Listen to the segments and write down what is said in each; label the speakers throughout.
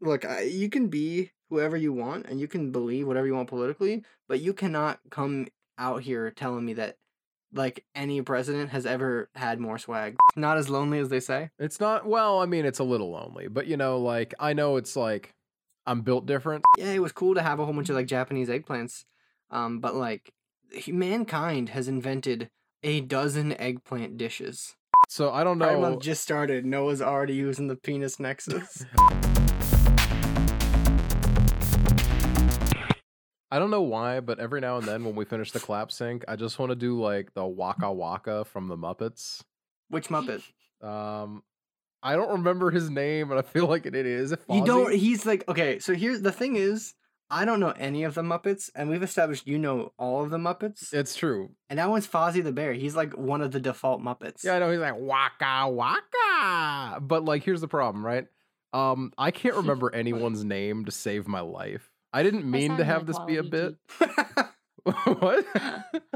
Speaker 1: look, I, you can be whoever you want and you can believe whatever you want politically, but you cannot come out here telling me that like any president has ever had more swag. Not as lonely as they say.
Speaker 2: It's not well, I mean it's a little lonely, but you know, like I know it's like I'm built different.
Speaker 1: Yeah, it was cool to have a whole bunch of like Japanese eggplants, um, but like hu- mankind has invented a dozen eggplant dishes.
Speaker 2: So I don't
Speaker 1: Pride
Speaker 2: know.
Speaker 1: Month just started. Noah's already using the penis nexus.
Speaker 2: I don't know why, but every now and then when we finish the clap sync, I just want to do like the waka waka from the Muppets.
Speaker 1: Which Muppet?
Speaker 2: Um, I don't remember his name, and I feel like it, it is. It
Speaker 1: You don't.
Speaker 2: Fonzie?
Speaker 1: He's like, okay. So here's the thing: is I don't know any of the Muppets, and we've established you know all of the Muppets.
Speaker 2: It's true.
Speaker 1: And that one's Fozzie the Bear. He's like one of the default Muppets.
Speaker 2: Yeah, I know. He's like waka waka, but like, here's the problem, right? Um, I can't remember anyone's name to save my life. I didn't mean to
Speaker 3: sound
Speaker 2: have
Speaker 3: like
Speaker 2: this be a bit.
Speaker 3: Waluigi.
Speaker 2: what?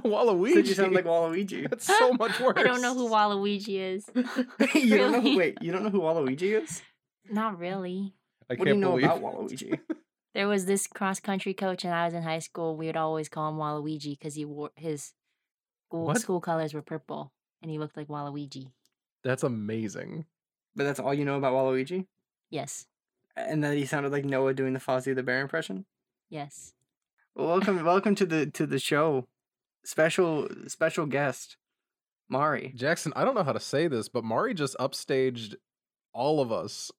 Speaker 2: Waluigi.
Speaker 1: Did you sound like Waluigi?
Speaker 2: That's so much worse.
Speaker 3: I don't know who Waluigi is.
Speaker 1: you don't know who,
Speaker 3: Really?
Speaker 1: wait, you don't know who Waluigi is?
Speaker 3: Not really.
Speaker 2: I
Speaker 1: What
Speaker 2: can't
Speaker 1: do you know
Speaker 2: believe.
Speaker 1: about Waluigi?
Speaker 3: There was this cross country coach, and I was in high school. We would always call him Waluigi because he wore his school,
Speaker 2: What?
Speaker 3: school colors were purple, and he looked like Waluigi.
Speaker 2: That's amazing.
Speaker 1: But that's all you know about Waluigi?
Speaker 3: Yes,
Speaker 1: And that he sounded like Noah doing the Fozzie the Bear impression?
Speaker 3: yes.
Speaker 1: Well, welcome welcome to the to the show. Special special guest, Mari.
Speaker 2: Jackson, I don't know how to say this, but Mari just upstaged all of us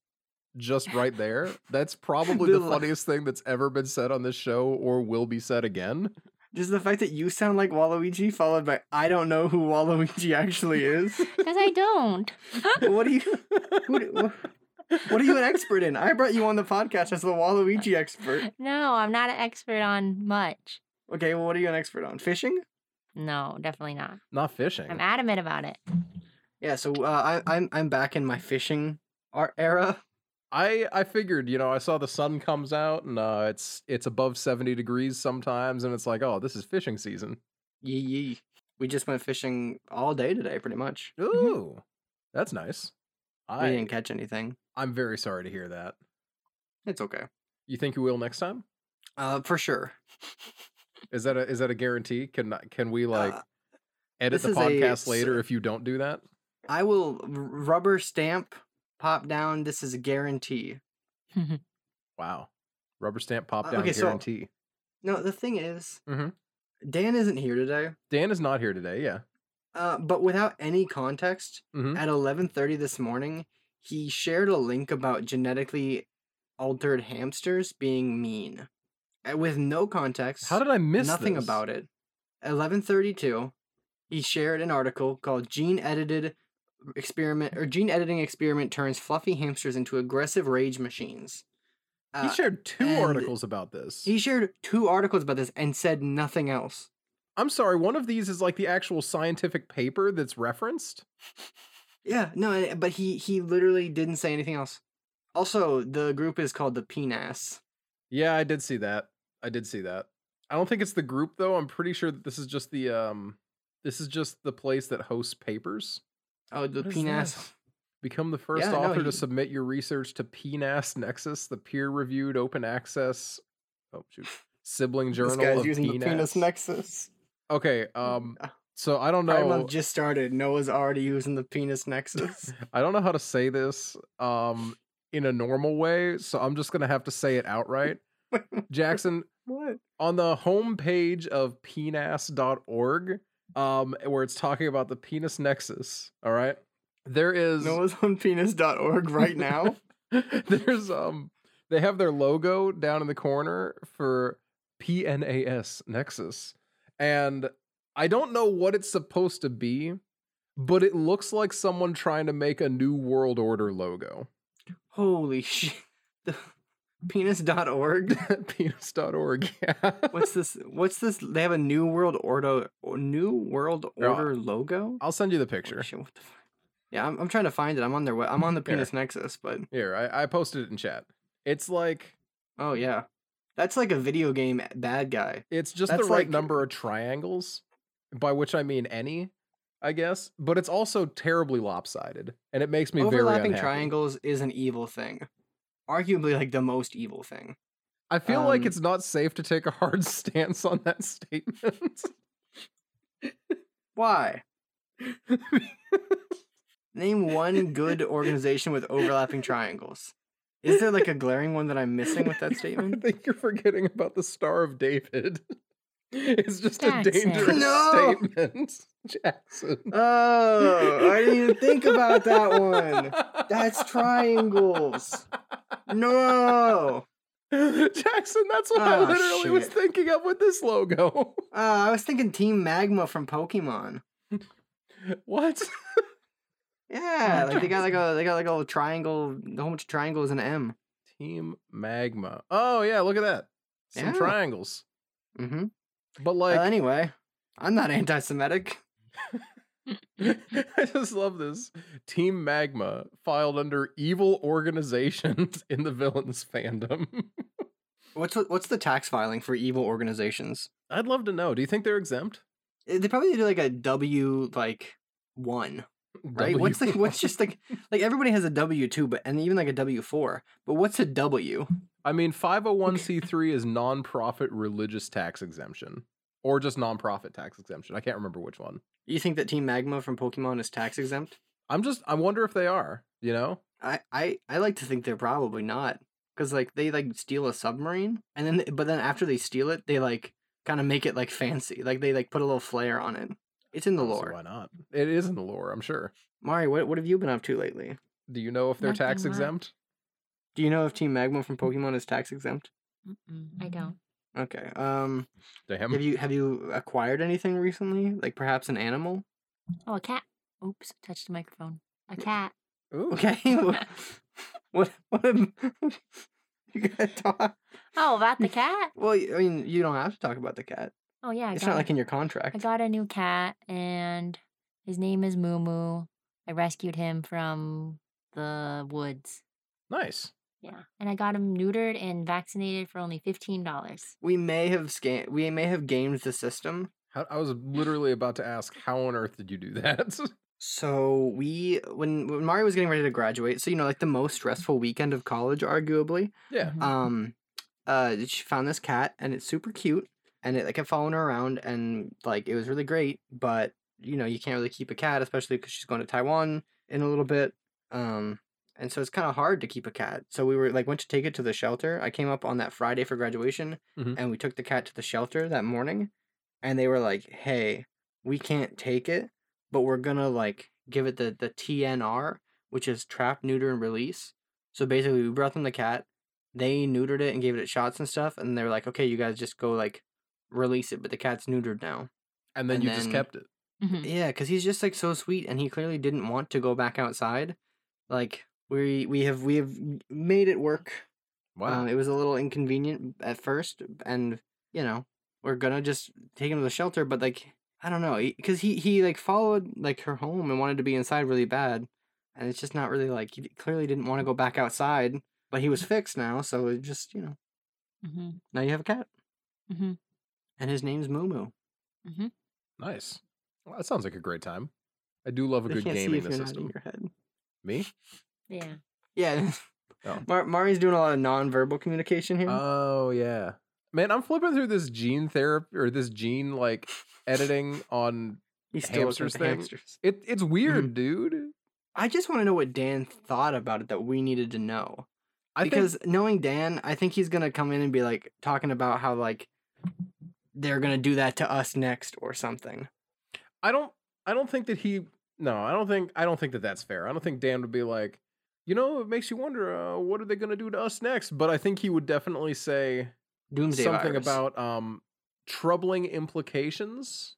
Speaker 2: just right there. That's probably the
Speaker 1: The la-
Speaker 2: funniest thing that's ever been said on this show or will be said again.
Speaker 1: Just the fact that you sound like Waluigi followed by I don't know who Waluigi actually is.
Speaker 3: Because I don't.
Speaker 1: what do you who do, wh- what are you an expert in? I brought you on the podcast as the Waluigi expert.
Speaker 3: No, I'm not an expert on much.
Speaker 1: Okay, well, what are you an expert on? Fishing?
Speaker 3: No, definitely not.
Speaker 2: Not fishing.
Speaker 3: I'm adamant about it.
Speaker 1: Yeah, so uh, I, I'm I'm back in my fishing art era.
Speaker 2: I I figured, you know, I saw the sun comes out and uh, it's it's above 70 degrees sometimes and it's like, "Oh, this is fishing season."
Speaker 1: Yee yee. We just went fishing all day today, pretty much.
Speaker 2: Ooh. That's nice.
Speaker 1: We
Speaker 2: I
Speaker 1: didn't catch anything.
Speaker 2: I'm very sorry to hear that.
Speaker 1: It's okay.
Speaker 2: You think you will next time?
Speaker 1: Uh, for sure.
Speaker 2: Is that a is that a guarantee? Can I- can we like
Speaker 1: Uh,
Speaker 2: edit
Speaker 1: this
Speaker 2: the
Speaker 1: is a
Speaker 2: podcast
Speaker 1: s-
Speaker 2: later if you don't do that?
Speaker 1: I will r- rubber stamp pop down. This is a guarantee.
Speaker 2: Wow. Rubber stamp
Speaker 1: Uh,
Speaker 2: pop down
Speaker 1: okay, so-
Speaker 2: guarantee.
Speaker 1: No, the thing is,
Speaker 2: Mhm.
Speaker 1: Dan isn't here today.
Speaker 2: Dan is not here today. Yeah.
Speaker 1: Uh, but without any context,
Speaker 2: Mhm.
Speaker 1: at 11:30 this morning, he shared a link about genetically altered hamsters being mean, Uh, with no context.
Speaker 2: How did I miss
Speaker 1: nothing about it. 1132, he shared an article called Gene Edited Experiment or Gene Editing Experiment Turns Fluffy Hamsters into Aggressive Rage Machines.
Speaker 2: he
Speaker 1: Uh,
Speaker 2: shared two
Speaker 1: and
Speaker 2: articles about this.
Speaker 1: he shared two articles about this and said nothing else.
Speaker 2: I'm sorry. One of these is like the actual scientific paper that's referenced.
Speaker 1: Yeah, no, I- but he he literally didn't say anything else. Also, the group is called the Penis.
Speaker 2: Yeah, I did see that. I did see that. I don't think it's the group though. I'm pretty sure that this is just the um, this is just the place that hosts papers.
Speaker 1: Oh, the
Speaker 2: What
Speaker 1: Penis.
Speaker 2: is this? Become the first
Speaker 1: Yeah, no,
Speaker 2: author
Speaker 1: he-
Speaker 2: to submit your research to PNAS Nexus, the peer-reviewed open access. Oh shoot, sibling journal
Speaker 1: this guy's
Speaker 2: of
Speaker 1: using the Penis
Speaker 2: PNAS.
Speaker 1: Nexus.
Speaker 2: Okay,
Speaker 1: oh
Speaker 2: um, so I don't
Speaker 1: Pride
Speaker 2: know.
Speaker 1: Month just started. Noah's already using the Penis Nexus.
Speaker 2: I don't know how to say this um in a normal way, so I'm just gonna have to say it outright. Jackson,
Speaker 1: what?
Speaker 2: on the homepage of penas.org, um, where it's talking about the penis nexus, all right, there is
Speaker 1: Noah's on penis.org right now.
Speaker 2: there's um they have their logo down in the corner for PNAS Nexus. And I don't know what it's supposed to be, but it looks like someone trying to make a new world order logo.
Speaker 1: Holy shit. The penis.org.
Speaker 2: Penis.org. Yeah.
Speaker 1: What's this? What's this? They have a new world order new world
Speaker 2: Yeah.
Speaker 1: order logo? Holy
Speaker 2: I'll send you the picture.
Speaker 1: shit, what the fuck? Yeah, I'm, I'm trying to find it. I'm on their web. I'm on the
Speaker 2: Here.
Speaker 1: penis nexus, but
Speaker 2: Here, I, I posted it in chat. It's like
Speaker 1: oh yeah. That's like a video game bad guy.
Speaker 2: It's just
Speaker 1: That's
Speaker 2: the right
Speaker 1: like-
Speaker 2: number of triangles, by which I mean any, I guess. But it's also terribly lopsided, and it makes me very
Speaker 1: Overlapping
Speaker 2: unhappy.
Speaker 1: triangles is an evil thing. arguably like the most evil thing.
Speaker 2: I feel like
Speaker 1: Um,
Speaker 2: it's not safe to take a hard stance on that statement.
Speaker 1: Why? Name one good organization with overlapping triangles. Is there like a glaring one that I'm missing with that
Speaker 2: I
Speaker 1: statement?
Speaker 2: think you're forgetting about the Star of David. It's just a
Speaker 3: Jackson.
Speaker 2: dangerous
Speaker 1: No!
Speaker 2: statement, Jackson.
Speaker 1: Oh, I didn't even think about that one. That's triangles. No.
Speaker 2: Jackson, that's what I
Speaker 1: Ah,
Speaker 2: literally was
Speaker 1: shit.
Speaker 2: thinking of with this logo.
Speaker 1: Ah, I was thinking Team Magma from Pokemon.
Speaker 2: What?
Speaker 1: Yeah, like they got like a they got like a little triangle, a whole bunch of triangles and an M.
Speaker 2: Team Magma. Oh yeah, look at that. Some
Speaker 1: Yeah.
Speaker 2: triangles.
Speaker 1: Mm-hmm.
Speaker 2: But like
Speaker 1: well, anyway, I'm not anti-Semitic.
Speaker 2: I just love this. Team Magma filed under evil organizations in the villains fandom.
Speaker 1: What's what's the tax filing for evil organizations?
Speaker 2: I'd love to know. Do you think they're exempt?
Speaker 1: Eh, They probably do like a W like one, right? What's like
Speaker 2: W.
Speaker 1: what's just like like everybody has a W two, but and even like a W four, but what's a W?
Speaker 2: I mean, 501c3 is nonprofit religious tax exemption or just nonprofit tax exemption. I can't remember which one.
Speaker 1: You think that Team Magma from Pokemon is tax exempt?
Speaker 2: I'm just I wonder if they are, you know?
Speaker 1: I I I like to think they're probably not because like they like steal a submarine and then but then after they steal it, they like kind of make it like fancy, like they like put a little flair on it. It's in the
Speaker 2: Honestly,
Speaker 1: lore.
Speaker 2: Why not? It is in the lore, I'm sure.
Speaker 1: Mari, what what have you been up to lately?
Speaker 2: Do you know if they're
Speaker 3: Nothing
Speaker 2: tax
Speaker 3: much.
Speaker 2: exempt?
Speaker 1: Do you know if Team Magma from Pokemon is tax exempt?
Speaker 3: Mm-mm, I don't.
Speaker 1: Okay. Um,
Speaker 2: Damn.
Speaker 1: have you have you acquired anything recently? Like perhaps an animal?
Speaker 3: Oh, a cat. Oops, touched the microphone. A cat.
Speaker 2: Ooh.
Speaker 1: Okay. what? What? what ab- you gotta talk.
Speaker 3: Oh, about the cat?
Speaker 1: Well, y- I mean, you don't have to talk about the cat.
Speaker 3: Oh, yeah. I
Speaker 1: It's
Speaker 3: got
Speaker 1: not like
Speaker 3: it.
Speaker 1: in your
Speaker 3: I
Speaker 1: contract.
Speaker 3: got a new cat, and his name is Moo Moo. I rescued him from the woods.
Speaker 2: Nice.
Speaker 3: Yeah. And I got him neutered and vaccinated for only $15.
Speaker 1: We may have scam. We may have gamed the system.
Speaker 2: How, I was literally about to ask how on earth did you do that?
Speaker 1: So we, when when Mario was getting ready to graduate, so you know, like the most stressful weekend of college, arguably.
Speaker 2: yeah.
Speaker 3: Mhm.
Speaker 1: um uh she found this cat and it's super cute and it like kept following her around and like it was really great but you know you can't really keep a cat especially because she's going to taiwan in a little bit um and so it's kind of hard to keep a cat so we were like went to take it to the shelter i came up on that friday for graduation
Speaker 2: Mhm.
Speaker 1: and we took the cat to the shelter that morning and they were like hey we can't take it but we're gonna like give it the the tnr which is trap neuter and release so basically we brought them the cat they neutered it and gave it shots and stuff and they were like okay you guys just go like release it but the cat's neutered now
Speaker 2: And then
Speaker 1: And
Speaker 2: you just
Speaker 1: then-
Speaker 2: kept it.
Speaker 3: Mhm.
Speaker 1: yeah because he's just like so sweet and he clearly didn't want to go back outside like we we have we have made it work
Speaker 2: Wow.
Speaker 1: uh, it was a little inconvenient at first and you know we're gonna just take him to the shelter but like i don't know because he he like followed like her home and wanted to be inside really bad and it's just not really like he clearly didn't want to go back outside but he was fixed now so it just you know
Speaker 3: Mhm.
Speaker 1: now you have a cat
Speaker 3: Mhm.
Speaker 1: and his name's Moo Moo.
Speaker 3: Mhm.
Speaker 2: nice. Well, that sounds like a great time. I do love a
Speaker 1: They
Speaker 2: good
Speaker 1: can't see
Speaker 2: game in
Speaker 1: if
Speaker 2: the
Speaker 1: you're nodding
Speaker 2: system.
Speaker 1: your head.
Speaker 2: Me?
Speaker 3: Yeah.
Speaker 1: Yeah.
Speaker 2: Oh.
Speaker 1: Mar- Mari's doing a lot of nonverbal communication here.
Speaker 2: Oh yeah. Man, I'm flipping through this gene therapy or this gene like editing on
Speaker 1: He's still looking
Speaker 2: hamsters
Speaker 1: at the
Speaker 2: thing?
Speaker 1: hamsters.
Speaker 2: it it's weird,
Speaker 1: Mm-hmm.
Speaker 2: dude.
Speaker 1: I just want to know what Dan thought about it that we needed to know.
Speaker 2: I
Speaker 1: because knowing Dan, I think he's gonna come in and be like talking about how like they're gonna do that to us next or something.
Speaker 2: I don't I don't think that he no, I don't think I don't think that that's fair. I don't think Dan would be like, you know, it makes you wonder uh, what are they going to do to us next? But I think he would definitely say
Speaker 1: Doomsday
Speaker 2: something
Speaker 1: virus.
Speaker 2: about um troubling implications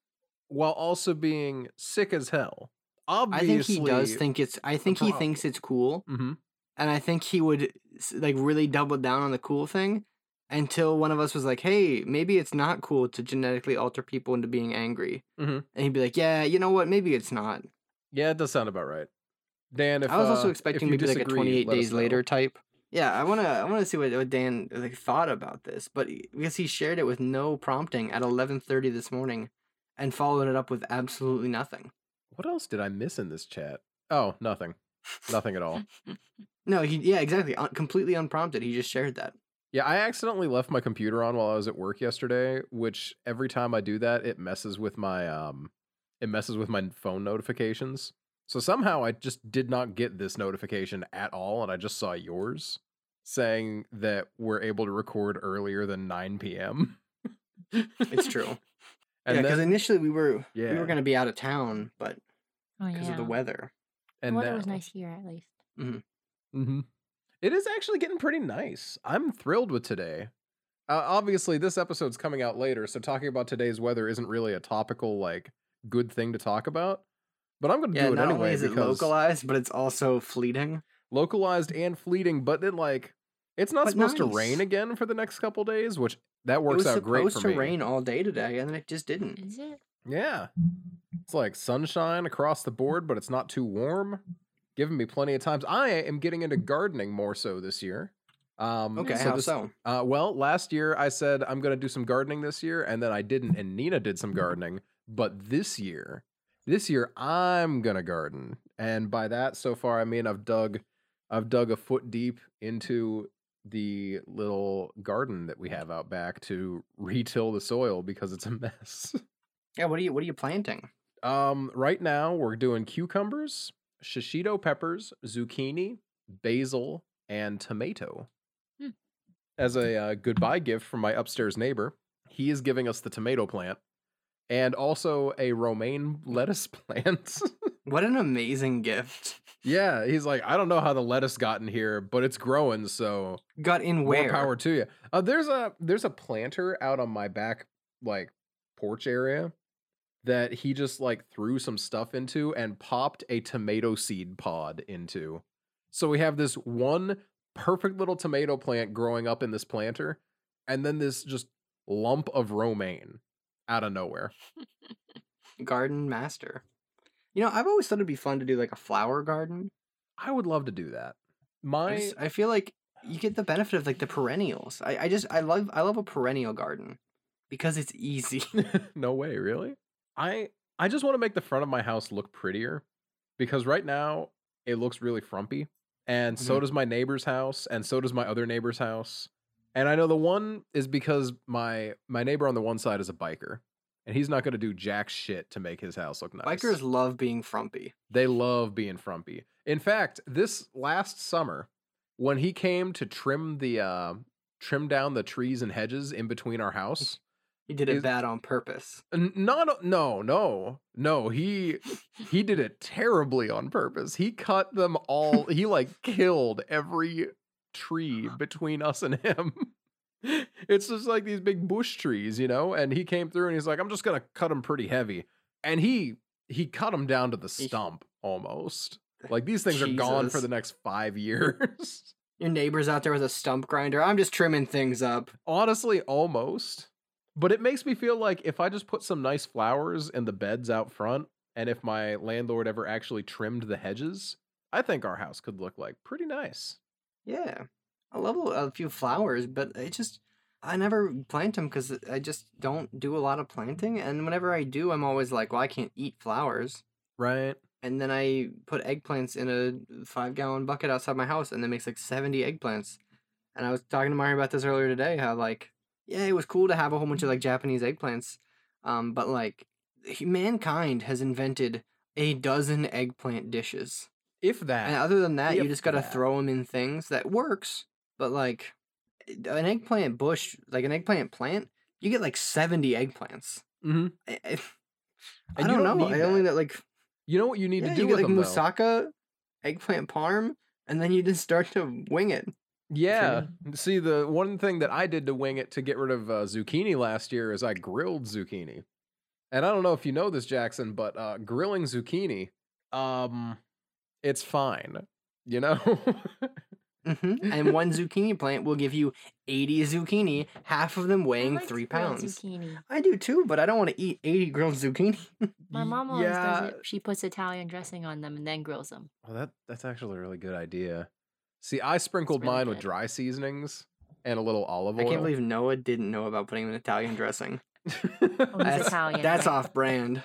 Speaker 2: while also being sick as hell.
Speaker 1: I
Speaker 2: Obviously,
Speaker 1: think he does think it's. I think he thinks
Speaker 2: problem.
Speaker 1: it's cool.
Speaker 2: Mhm.
Speaker 1: and I think he would s- like really double down on the cool thing until one of us was like, "Hey, maybe it's not cool to genetically alter people into being angry,"
Speaker 2: Mhm.
Speaker 1: and he'd be like, "Yeah, you know what? Maybe it's not."
Speaker 2: Yeah, it does sound about right. Dan, if
Speaker 1: I was
Speaker 2: uh,
Speaker 1: also
Speaker 2: if
Speaker 1: expecting
Speaker 2: you
Speaker 1: maybe like a
Speaker 2: disagree,
Speaker 1: twenty-eight
Speaker 2: let us
Speaker 1: days
Speaker 2: know.
Speaker 1: later type. Yeah, I wanna I wanna see what, what Dan like, thought about this, but he- because he shared it with no prompting at eleven thirty this morning, and followed it up with absolutely nothing.
Speaker 2: What else did I miss in this chat? Oh, nothing. Nothing at all.
Speaker 1: No, he yeah, exactly. Un- completely unprompted, he just shared that.
Speaker 2: Yeah, I accidentally left my computer on while I was at work yesterday, which every time I do that, it messes with my um it messes with my phone notifications. So somehow I just did not get this notification at all and I just saw yours saying that we're able to record earlier than 9 p.m.
Speaker 1: It's true.
Speaker 2: And
Speaker 1: yeah, because
Speaker 2: then,
Speaker 1: initially we were we
Speaker 2: Yeah.
Speaker 1: were gonna be out of town, but
Speaker 3: Oh,
Speaker 1: because
Speaker 3: yeah.
Speaker 1: of the weather.
Speaker 3: The
Speaker 2: and
Speaker 3: weather was
Speaker 2: now-
Speaker 3: nice here, at least.
Speaker 2: Mhm. It is actually getting pretty nice. I'm thrilled with today. Uh, obviously, this episode's coming out later, so talking about today's weather isn't really a topical, like, good thing to talk about. But I'm going to
Speaker 1: Yeah,
Speaker 2: do it
Speaker 1: not
Speaker 2: anyway
Speaker 1: only is it
Speaker 2: because
Speaker 1: localized, but it's also fleeting.
Speaker 2: localized and fleeting. But then, like, it's not
Speaker 1: But
Speaker 2: supposed to
Speaker 1: nice.
Speaker 2: rain again for the next couple days, which that
Speaker 1: it
Speaker 2: works
Speaker 1: was
Speaker 2: out great
Speaker 1: supposed
Speaker 2: for
Speaker 1: to
Speaker 2: me. Mm,
Speaker 1: rain all day today, and then it just didn't.
Speaker 3: Is it?
Speaker 2: Yeah, it's like sunshine across the board, but it's not too warm. Giving me plenty of times. I am getting into gardening more so this year. Um,
Speaker 1: Okay,
Speaker 2: so
Speaker 1: how Mm,
Speaker 2: this-
Speaker 1: so?
Speaker 2: Uh, well, last year I said I'm going to do some gardening this year, and then I didn't, and Nina did some gardening. But this year, this year I'm going to garden, and by that, so far, I mean I've dug, I've dug a foot deep into the little garden that we have out back to retill the soil because it's a mess.
Speaker 1: Yeah, what are you what are you planting?
Speaker 2: Um, right now we're doing cucumbers, shishito peppers, zucchini, basil, and tomato.
Speaker 3: Hmm.
Speaker 2: As a uh, goodbye gift from my upstairs neighbor, he is giving us the tomato plant and also a romaine lettuce plant.
Speaker 1: What an amazing gift.
Speaker 2: yeah, he's like, I don't know how the lettuce got in here, but it's growing, so
Speaker 1: Got in
Speaker 2: more
Speaker 1: where?
Speaker 2: power to you. Uh, there's a there's a planter out on my back like porch area that he just like threw some stuff into and popped a tomato seed pod into. So we have this one perfect little tomato plant growing up in this planter, and then this just lump of romaine out of nowhere.
Speaker 1: Garden master. You know, I've always thought it'd be fun to do like a flower garden.
Speaker 2: I would love to do
Speaker 1: I,
Speaker 2: that. My
Speaker 1: just- I feel like you get the benefit of like the perennials. I, I just I love I love a perennial garden because it's easy.
Speaker 2: no way, really? I I just want to make the front of my house look prettier because right now it looks really frumpy and so
Speaker 1: Mhm.
Speaker 2: does my neighbor's house and so does my other neighbor's house. And I know the one is because my my neighbor on the one side is a biker and he's not going to do jack shit to make his house look nice.
Speaker 1: Bikers love being frumpy.
Speaker 2: They love being frumpy. In fact, this last summer, when he came to trim the uh, trim down the trees and hedges in between our house,
Speaker 1: He did it
Speaker 2: Is-
Speaker 1: bad on purpose.
Speaker 2: N- not no no no he he did it terribly on purpose he cut them all he like killed every tree between us and him it's just like these big bush trees you know and he came through and he's like i'm just gonna cut them pretty heavy and he he cut them down to the
Speaker 1: Eesh.
Speaker 2: stump almost like these things are gone for
Speaker 1: Jesus.
Speaker 2: the next five years
Speaker 1: Your neighbor's out there with a stump grinder. I'm just trimming things up.
Speaker 2: Honestly, almost. But it makes me feel like if I just put some nice flowers in the beds out front, and if my landlord ever actually trimmed the hedges, I think our house could look like pretty nice.
Speaker 1: Yeah, I love a a few flowers, but I just I never plant them because I just don't do a lot of planting. And whenever I do, I'm always like, well, I can't eat flowers.
Speaker 2: Right.
Speaker 1: And then I put eggplants in a five gallon bucket outside my house, and that makes like seventy eggplants. And I was talking to Mario about this earlier today. How like, yeah, it was cool to have a whole bunch of like Japanese eggplants, um, but like, hu- mankind has invented a dozen eggplant dishes.
Speaker 2: If that.
Speaker 1: And other than that,
Speaker 2: Yep,
Speaker 1: you just gotta
Speaker 2: that.
Speaker 1: throw them in things that works. But like an eggplant bush, like an eggplant plant, you get like seventy eggplants.
Speaker 2: Mhm.
Speaker 1: I, I, I
Speaker 2: And you
Speaker 1: don't,
Speaker 2: don't
Speaker 1: know.
Speaker 2: need
Speaker 1: I only
Speaker 2: that.
Speaker 1: know, like
Speaker 2: You know what you need
Speaker 1: yeah,
Speaker 2: to do
Speaker 1: you
Speaker 2: with
Speaker 1: get like
Speaker 2: them, though?
Speaker 1: moussaka, eggplant parm, and then you just start to wing it.
Speaker 2: Yeah. See, the one thing that I did to wing it to get rid of uh, zucchini last year is I grilled zucchini. And I don't know if you know this, Jackson, but uh, grilling zucchini, um, it's fine. You know,
Speaker 1: hmm
Speaker 2: Mm-hmm.
Speaker 1: And one zucchini plant will give you eighty zucchini, half of them weighing
Speaker 3: like
Speaker 1: three
Speaker 3: grilled
Speaker 1: pounds.
Speaker 3: Zucchini.
Speaker 1: I do too, but I don't want to eat eighty grilled zucchini.
Speaker 3: My
Speaker 2: Y-
Speaker 3: mom always
Speaker 2: yeah.
Speaker 3: does it. She puts Italian dressing on them and then grills them.
Speaker 2: Well, Oh, that that's actually a really good idea. See, I sprinkled
Speaker 3: really
Speaker 2: mine with
Speaker 3: good.
Speaker 2: dry seasonings and a little olive
Speaker 1: I
Speaker 2: oil.
Speaker 1: can't believe Noah didn't know about putting them in Italian dressing.
Speaker 3: Well, Oh, he's
Speaker 1: That's-
Speaker 3: Italian.
Speaker 1: That's
Speaker 3: right?
Speaker 1: off brand.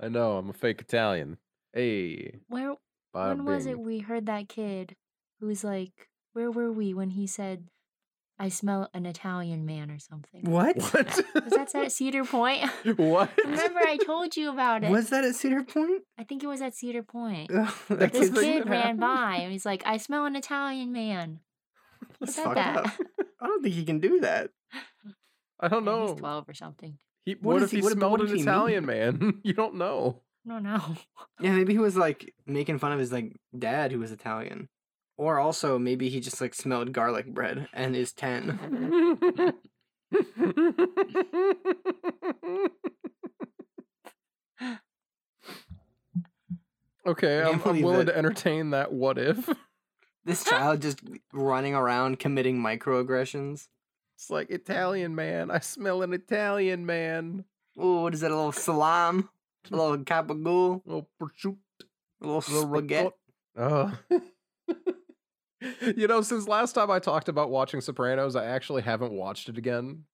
Speaker 2: I know I'm a fake Italian. Hey,
Speaker 3: Where
Speaker 2: Bada
Speaker 3: when was
Speaker 2: bing.
Speaker 3: it we heard that kid who was like, where were we when he said, I smell an Italian man or something?
Speaker 1: What?
Speaker 2: What?
Speaker 3: Was that at Cedar Point?
Speaker 2: what?
Speaker 3: Remember, I told you about it.
Speaker 1: Was Uh, that at Cedar Point?
Speaker 3: I think it was at Cedar Point.
Speaker 1: Ugh, that
Speaker 3: This
Speaker 1: kid's like-
Speaker 3: kid ran
Speaker 2: happened?
Speaker 3: by and he's like, I smell an Italian man. Who
Speaker 1: That's
Speaker 3: said
Speaker 1: fucked
Speaker 3: that?
Speaker 1: up. I don't think he can do that.
Speaker 2: I
Speaker 1: Oh,
Speaker 2: don't
Speaker 3: Yeah,
Speaker 2: know.
Speaker 3: He's 12 or something.
Speaker 2: He,
Speaker 1: What
Speaker 2: what,
Speaker 1: is
Speaker 2: if
Speaker 1: he-
Speaker 2: he,
Speaker 1: what- but what
Speaker 2: smelled
Speaker 1: does
Speaker 2: an
Speaker 1: he
Speaker 2: Italian man? you don't know.
Speaker 3: I don't know.
Speaker 1: Yeah, maybe he was like making fun of his like dad who was Italian. Or also maybe he just like smelled garlic bread and is 10.
Speaker 2: okay, I'm, I'm
Speaker 1: Manfully
Speaker 2: willing
Speaker 1: that-
Speaker 2: to entertain that. What if?
Speaker 1: This child just running around committing microaggressions.
Speaker 2: It's like Italian man. I smell an Italian man.
Speaker 1: Oh, what is that? A little salam, a little capagool,
Speaker 2: Little prosciutto,
Speaker 1: a little
Speaker 2: little
Speaker 1: spaghetti.
Speaker 2: ricotta. Oh. you know, since last time I talked about watching Sopranos, I actually haven't watched it again.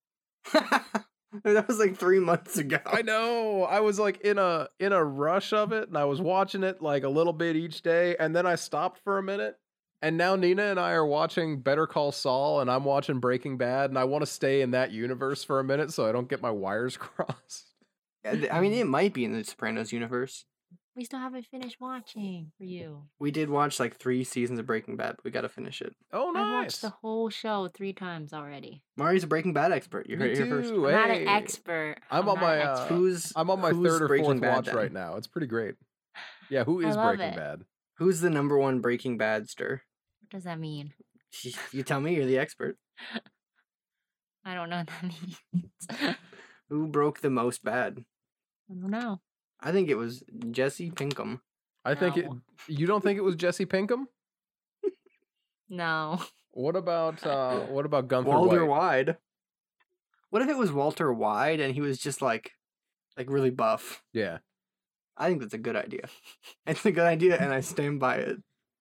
Speaker 1: oh. that was like three months ago.
Speaker 2: I know. I was like in a in a rush of it, and I was watching it like a little bit each day, and then I stopped for a minute. And now Nina and I are watching Better Call Saul, and I'm watching Breaking Bad, and I want to stay in that universe for a minute so I don't get my wires crossed.
Speaker 1: Yeah, th- I mean, it might be in the Sopranos universe.
Speaker 3: We still haven't finished watching for you.
Speaker 1: We did watch like three seasons of Breaking Bad, but we got to finish it.
Speaker 2: Oh,
Speaker 3: I
Speaker 2: nice!
Speaker 3: watched the whole show three times already.
Speaker 1: Mari's a Breaking Bad expert. You
Speaker 2: Me
Speaker 1: heard it here first.
Speaker 2: too,
Speaker 3: I'm not
Speaker 2: hey.
Speaker 3: an expert.
Speaker 2: I'm on
Speaker 3: not
Speaker 2: my,
Speaker 3: an
Speaker 2: uh,
Speaker 3: expert.
Speaker 1: Who's
Speaker 2: I'm on my
Speaker 1: who's
Speaker 2: third or
Speaker 1: Breaking
Speaker 2: fourth
Speaker 1: Bad
Speaker 2: watch
Speaker 1: then?
Speaker 2: right now. It's pretty great. Yeah, who
Speaker 3: I
Speaker 2: is
Speaker 3: love
Speaker 2: Breaking
Speaker 3: it.
Speaker 2: Bad?
Speaker 1: Who's the number one Breaking Badster?
Speaker 3: What does that mean?
Speaker 1: You tell me. You're the expert.
Speaker 3: I don't know what that means. I
Speaker 1: Who broke the most bad?
Speaker 3: don't know.
Speaker 1: I think it was Jesse Pinkham.
Speaker 2: I think it.
Speaker 3: No.
Speaker 2: You don't think it was Jesse Pinkham?
Speaker 3: No.
Speaker 2: What about uh what about Gunther
Speaker 1: Walter
Speaker 2: White?
Speaker 1: Wide. What if it was Walter Wide and he was just like, like really buff?
Speaker 2: Yeah.
Speaker 1: I think that's a good idea. It's a good idea, and I stand by it.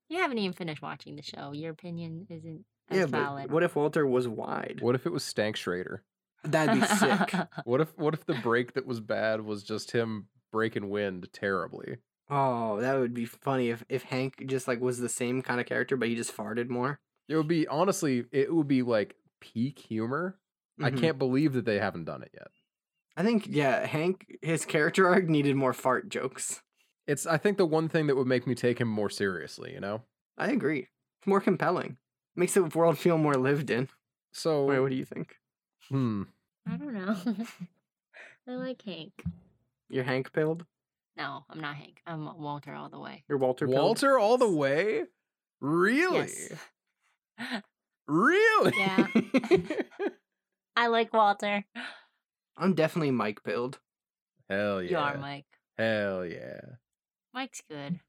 Speaker 3: You haven't even finished watching the show. Your opinion isn't as
Speaker 1: yeah,
Speaker 3: valid.
Speaker 1: but what if Walter was wide?
Speaker 2: What if it was Stank Schrader?
Speaker 1: That'd be sick.
Speaker 2: What if what if the break that was bad was just him breaking wind terribly?
Speaker 1: Oh, that would be funny if if Hank just like was the same kind of character, but he just farted more.
Speaker 2: It would be honestly, it would be like peak humor. I
Speaker 1: Mhm.
Speaker 2: can't believe that they haven't done it yet.
Speaker 1: I think yeah, Hank his character arc needed more fart jokes.
Speaker 2: It's I think the one thing that would make me take him more seriously, you know.
Speaker 1: I agree. It's more compelling. Makes the world feel more lived in.
Speaker 2: So
Speaker 1: Wait, what do you think?
Speaker 2: hmm,
Speaker 3: I don't know. I
Speaker 1: Mm.
Speaker 3: like Hank.
Speaker 1: You're Hank pilled?
Speaker 3: No, I'm not Hank. I'm Walter all the way.
Speaker 1: You're Walter pilled?
Speaker 2: Walter all the way? Really?
Speaker 3: Yes.
Speaker 2: Really?
Speaker 3: Yeah. I like Walter.
Speaker 1: I'm definitely Mike pilled.
Speaker 2: Hell yeah.
Speaker 3: You are Mike.
Speaker 2: Hell yeah.
Speaker 3: Mike's good.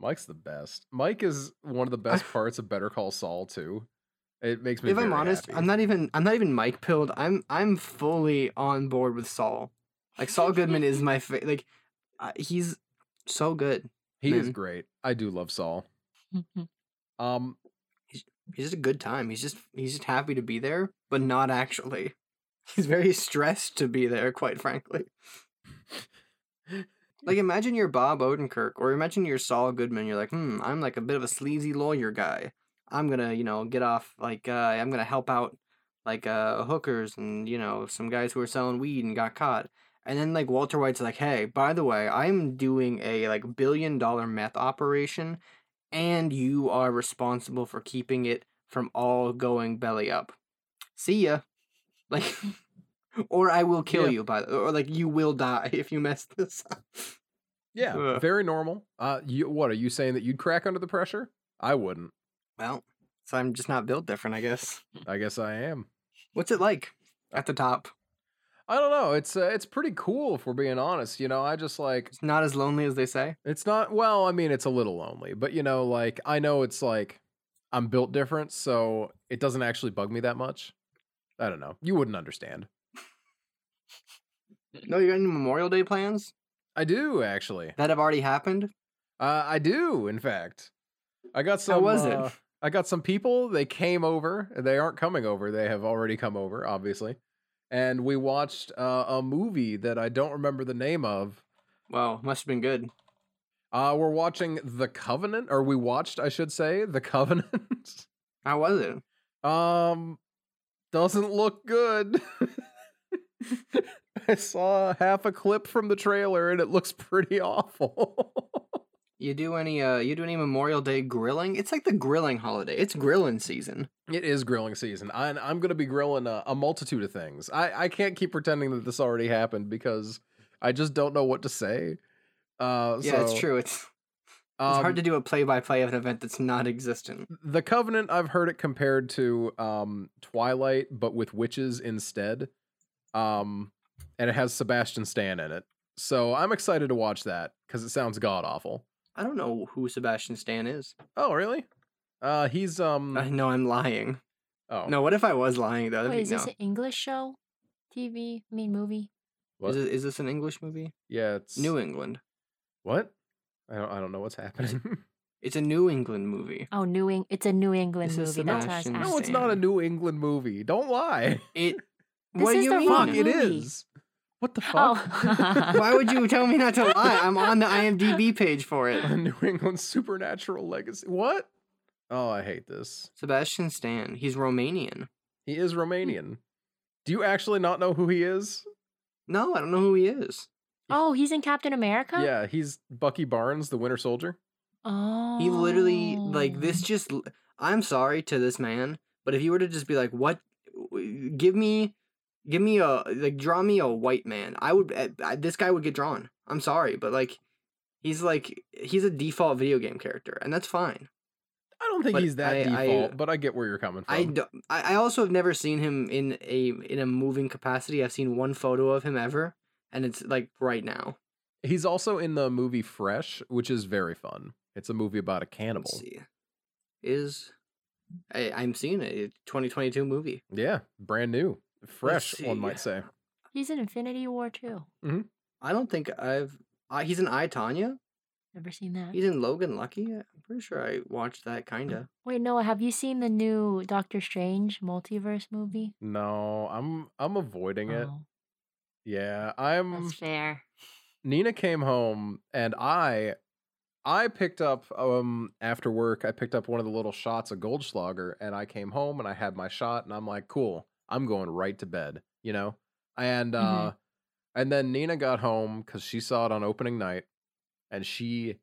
Speaker 2: Mike's the best. Mike is one of the best parts of Better Call Saul too. It makes me.
Speaker 1: If I'm
Speaker 2: very
Speaker 1: honest,
Speaker 2: happy.
Speaker 1: I'm not even I'm not even Mike pilled. I'm I'm fully on board with Saul. Like Saul Goodman is my fa- like uh, he's so good.
Speaker 2: He is
Speaker 1: man.
Speaker 2: great. I do love Saul.
Speaker 1: Mm.
Speaker 2: Um,
Speaker 1: he's just a good time. He's just he's just happy to be there, but not actually. He's very stressed to be there, quite frankly. Like imagine you're Bob Odenkirk or imagine you're Saul Goodman. You're like, hmm, I'm like a bit of a sleazy lawyer guy. I'm gonna, you know, get off like uh, I'm gonna help out like uh, hookers and you know some guys who are selling weed and got caught. And then like Walter White's like, hey, by the way, I'm doing a like billion dollar meth operation, and you are responsible for keeping it from all going belly up. See ya. Like, or I will kill
Speaker 2: Yeah.
Speaker 1: you. By the, or like you will die if you mess this up.
Speaker 2: yeah,
Speaker 1: Ugh.
Speaker 2: very normal. Uh, you what are you saying that you'd crack under the pressure? I wouldn't.
Speaker 1: Well, so I'm just not built different, I guess.
Speaker 2: I guess I am.
Speaker 1: What's it like at the top?
Speaker 2: I don't know. It's uh, it's pretty cool if we're being honest. You know, I just like
Speaker 1: It's not as lonely as they say.
Speaker 2: it's not. Well, I mean, it's a little lonely, but you know, like I know it's like I'm built different, so it doesn't actually bug me that much. I don't know. You wouldn't understand.
Speaker 1: No, you got any Memorial Day plans
Speaker 2: I do actually.
Speaker 1: that have already happened?
Speaker 2: Uh, I do, in fact. I got some.
Speaker 1: was it?
Speaker 2: uh, I got some people. They came over. They aren't coming over. They have already come over, obviously. And we watched uh, a movie that I don't remember the name of.
Speaker 1: Wow, must have been good.
Speaker 2: Uh, we're watching The Covenant, or we watched, I should say, The Covenant.
Speaker 1: How was it?
Speaker 2: um, doesn't look good. I saw half a clip from the trailer, and it looks pretty awful.
Speaker 1: You do any uh you do any Memorial Day grilling? It's like the grilling holiday. It's grilling season.
Speaker 2: it is grilling season, and I'm gonna be grilling a, a multitude of things. I I can't keep pretending that this already happened because I just don't know what to say. Uh,
Speaker 1: yeah, it's
Speaker 2: so,
Speaker 1: true. It's it's
Speaker 2: um,
Speaker 1: hard to do a play by play of an event that's not existent.
Speaker 2: The Covenant, I've heard it compared to um, Twilight, but with witches instead. Um, and it has Sebastian Stan in it. So I'm excited to watch that because it sounds god awful.
Speaker 1: I don't know who Sebastian Stan is.
Speaker 2: Oh, really? Uh, he's um.
Speaker 1: I know I'm lying.
Speaker 2: oh
Speaker 1: No, what if I was lying though? That'd
Speaker 3: Wait,
Speaker 1: be-
Speaker 3: is this
Speaker 1: no.
Speaker 3: an English show? TV? I mean, movie?
Speaker 2: What?
Speaker 1: Is, this, is this an English movie?
Speaker 2: yeah, it's
Speaker 1: New England.
Speaker 2: What? I don't. I don't know what's happening.
Speaker 1: It's a New England movie.
Speaker 3: Oh, New Eng- It's a New England
Speaker 1: This
Speaker 3: movie.
Speaker 1: is
Speaker 3: That's what I was
Speaker 1: Sebastian
Speaker 3: asking.
Speaker 2: no, it's not a New England movie. Don't lie.
Speaker 1: It.
Speaker 3: This
Speaker 1: what do
Speaker 3: is
Speaker 1: you
Speaker 3: the
Speaker 1: mean?
Speaker 3: wrong
Speaker 2: Fuck, it
Speaker 3: movie.
Speaker 2: is. What the fuck?
Speaker 3: Oh.
Speaker 1: Why would you tell me not to lie? I'm on the IMDb page for it.
Speaker 2: New England supernatural legacy. What? Oh, I hate this.
Speaker 1: Sebastian Stan. He's Romanian.
Speaker 2: He is
Speaker 3: Hmm.
Speaker 2: Romanian. Do you actually not know who he is?
Speaker 1: No, I don't know who he is.
Speaker 3: Oh, he's in Captain America?
Speaker 2: Yeah, he's Bucky Barnes, the Winter Soldier.
Speaker 3: Oh.
Speaker 1: He literally like this just l- I'm sorry to this man, but if you were to just be like what w- give me give me a like draw me a white man, I would I, I- this guy would get drawn. I'm sorry, but like he's like he's a default video game character and that's fine.
Speaker 2: I don't think
Speaker 1: But
Speaker 2: he's that
Speaker 1: I- I-
Speaker 2: default, but I get where you're coming from.
Speaker 1: I, do, I I also have never seen him in a in a moving capacity. I've seen one photo of him ever and it's like right now.
Speaker 2: he's also in the movie Fresh, which is very fun. It's a movie about a
Speaker 1: Let's
Speaker 2: cannibal.
Speaker 1: see. Is I, I'm seeing it. It's 2022 movie.
Speaker 2: Yeah, brand new. Fresh, one
Speaker 1: see.
Speaker 2: might say.
Speaker 3: He's in Infinity War too.
Speaker 1: I don't think I've. I, he's in I Tanya.
Speaker 3: Never seen that.
Speaker 1: He's in Logan Lucky. I'm pretty sure I watched that kinda.
Speaker 3: Wait, Noah, have you seen the new Doctor Strange multiverse movie?
Speaker 2: No, I'm I'm avoiding it.
Speaker 3: Oh,
Speaker 2: Yeah, I'm
Speaker 1: Mm.
Speaker 3: that's fair.
Speaker 2: Nina came home and I I picked up um after work I picked up one of the little shots of Goldschlager and I came home and I had my shot and I'm like cool I'm going right to bed you know and
Speaker 3: Mhm.
Speaker 2: uh and then Nina got home cuz she saw it on opening night and she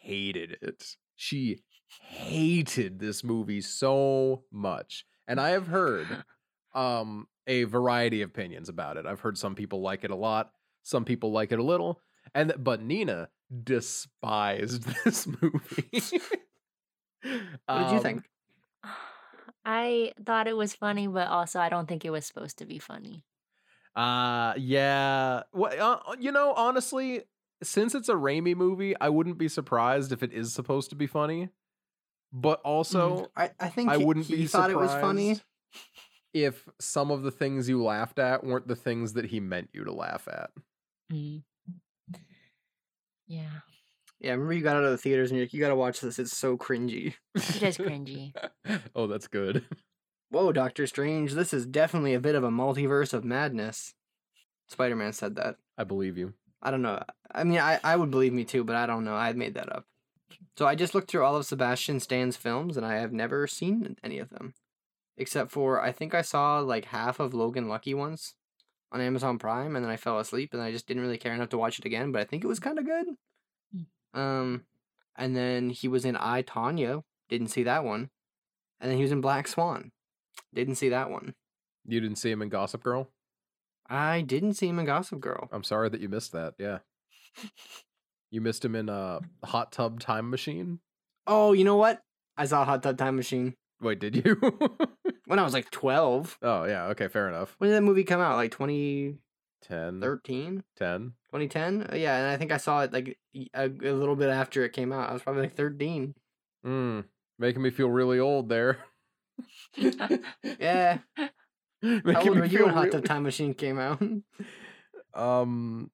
Speaker 2: hated it she hated this movie so much and I have heard um a variety of opinions about it. I've heard some people like it a lot, some people like it a little, and th- but Nina despised this movie. Um,
Speaker 1: What did you think?
Speaker 3: I thought it was funny, but also I don't think it was supposed to be funny.
Speaker 2: Uh yeah. Well, uh, you know, honestly, since it's a Raimi movie, I wouldn't be surprised if it is supposed to be funny. But also,
Speaker 1: I, I think
Speaker 2: I
Speaker 1: he-
Speaker 2: wouldn't
Speaker 1: he
Speaker 2: be
Speaker 1: thought
Speaker 2: surprised
Speaker 1: it was funny.
Speaker 2: if some of the things you laughed at weren't the things that he meant you to laugh at.
Speaker 3: Mm. Yeah,
Speaker 1: Yeah, I remember you got out of the theaters and you're like, you gotta watch this. It's so cringy.
Speaker 3: it is cringy.
Speaker 2: oh, that's good.
Speaker 1: Whoa, Doctor Strange, this is definitely a bit of a multiverse of madness. Spider Man said that.
Speaker 2: I believe you.
Speaker 1: I don't know. I mean, I, I would believe me too, but I don't know. I made that up. So I just looked through all of Sebastian Stan's films, and I have never seen any of them, except for I think I saw like half of Logan Lucky once on Amazon Prime, and then I fell asleep, and I just didn't really care enough to watch it again. But I think it was kind of good. Um, and then he was in I Tanya. Didn't see that one. And then he was in Black Swan. Didn't see that one.
Speaker 2: You didn't see him in Gossip Girl?
Speaker 1: I didn't see him in Gossip Girl.
Speaker 2: I'm sorry that you missed that. Yeah. You missed him in uh, Hot Tub Time Machine?
Speaker 1: Oh, you know what? I saw Hot Tub Time Machine.
Speaker 2: Wait, did you?
Speaker 1: when I was like 12.
Speaker 2: oh, yeah. Okay, fair enough.
Speaker 1: When did that movie come out? Like 2013?
Speaker 2: 10, 10.
Speaker 1: 2010? Uh, Yeah, and I think I saw it like y- a, a little bit after it came out. I was probably like 13.
Speaker 2: Mm, making me feel really old there.
Speaker 1: Yeah.
Speaker 2: Making
Speaker 1: How old
Speaker 2: me
Speaker 1: were you
Speaker 2: feel
Speaker 1: when Hot
Speaker 2: real-
Speaker 1: Tub Time Machine came out?
Speaker 2: Um,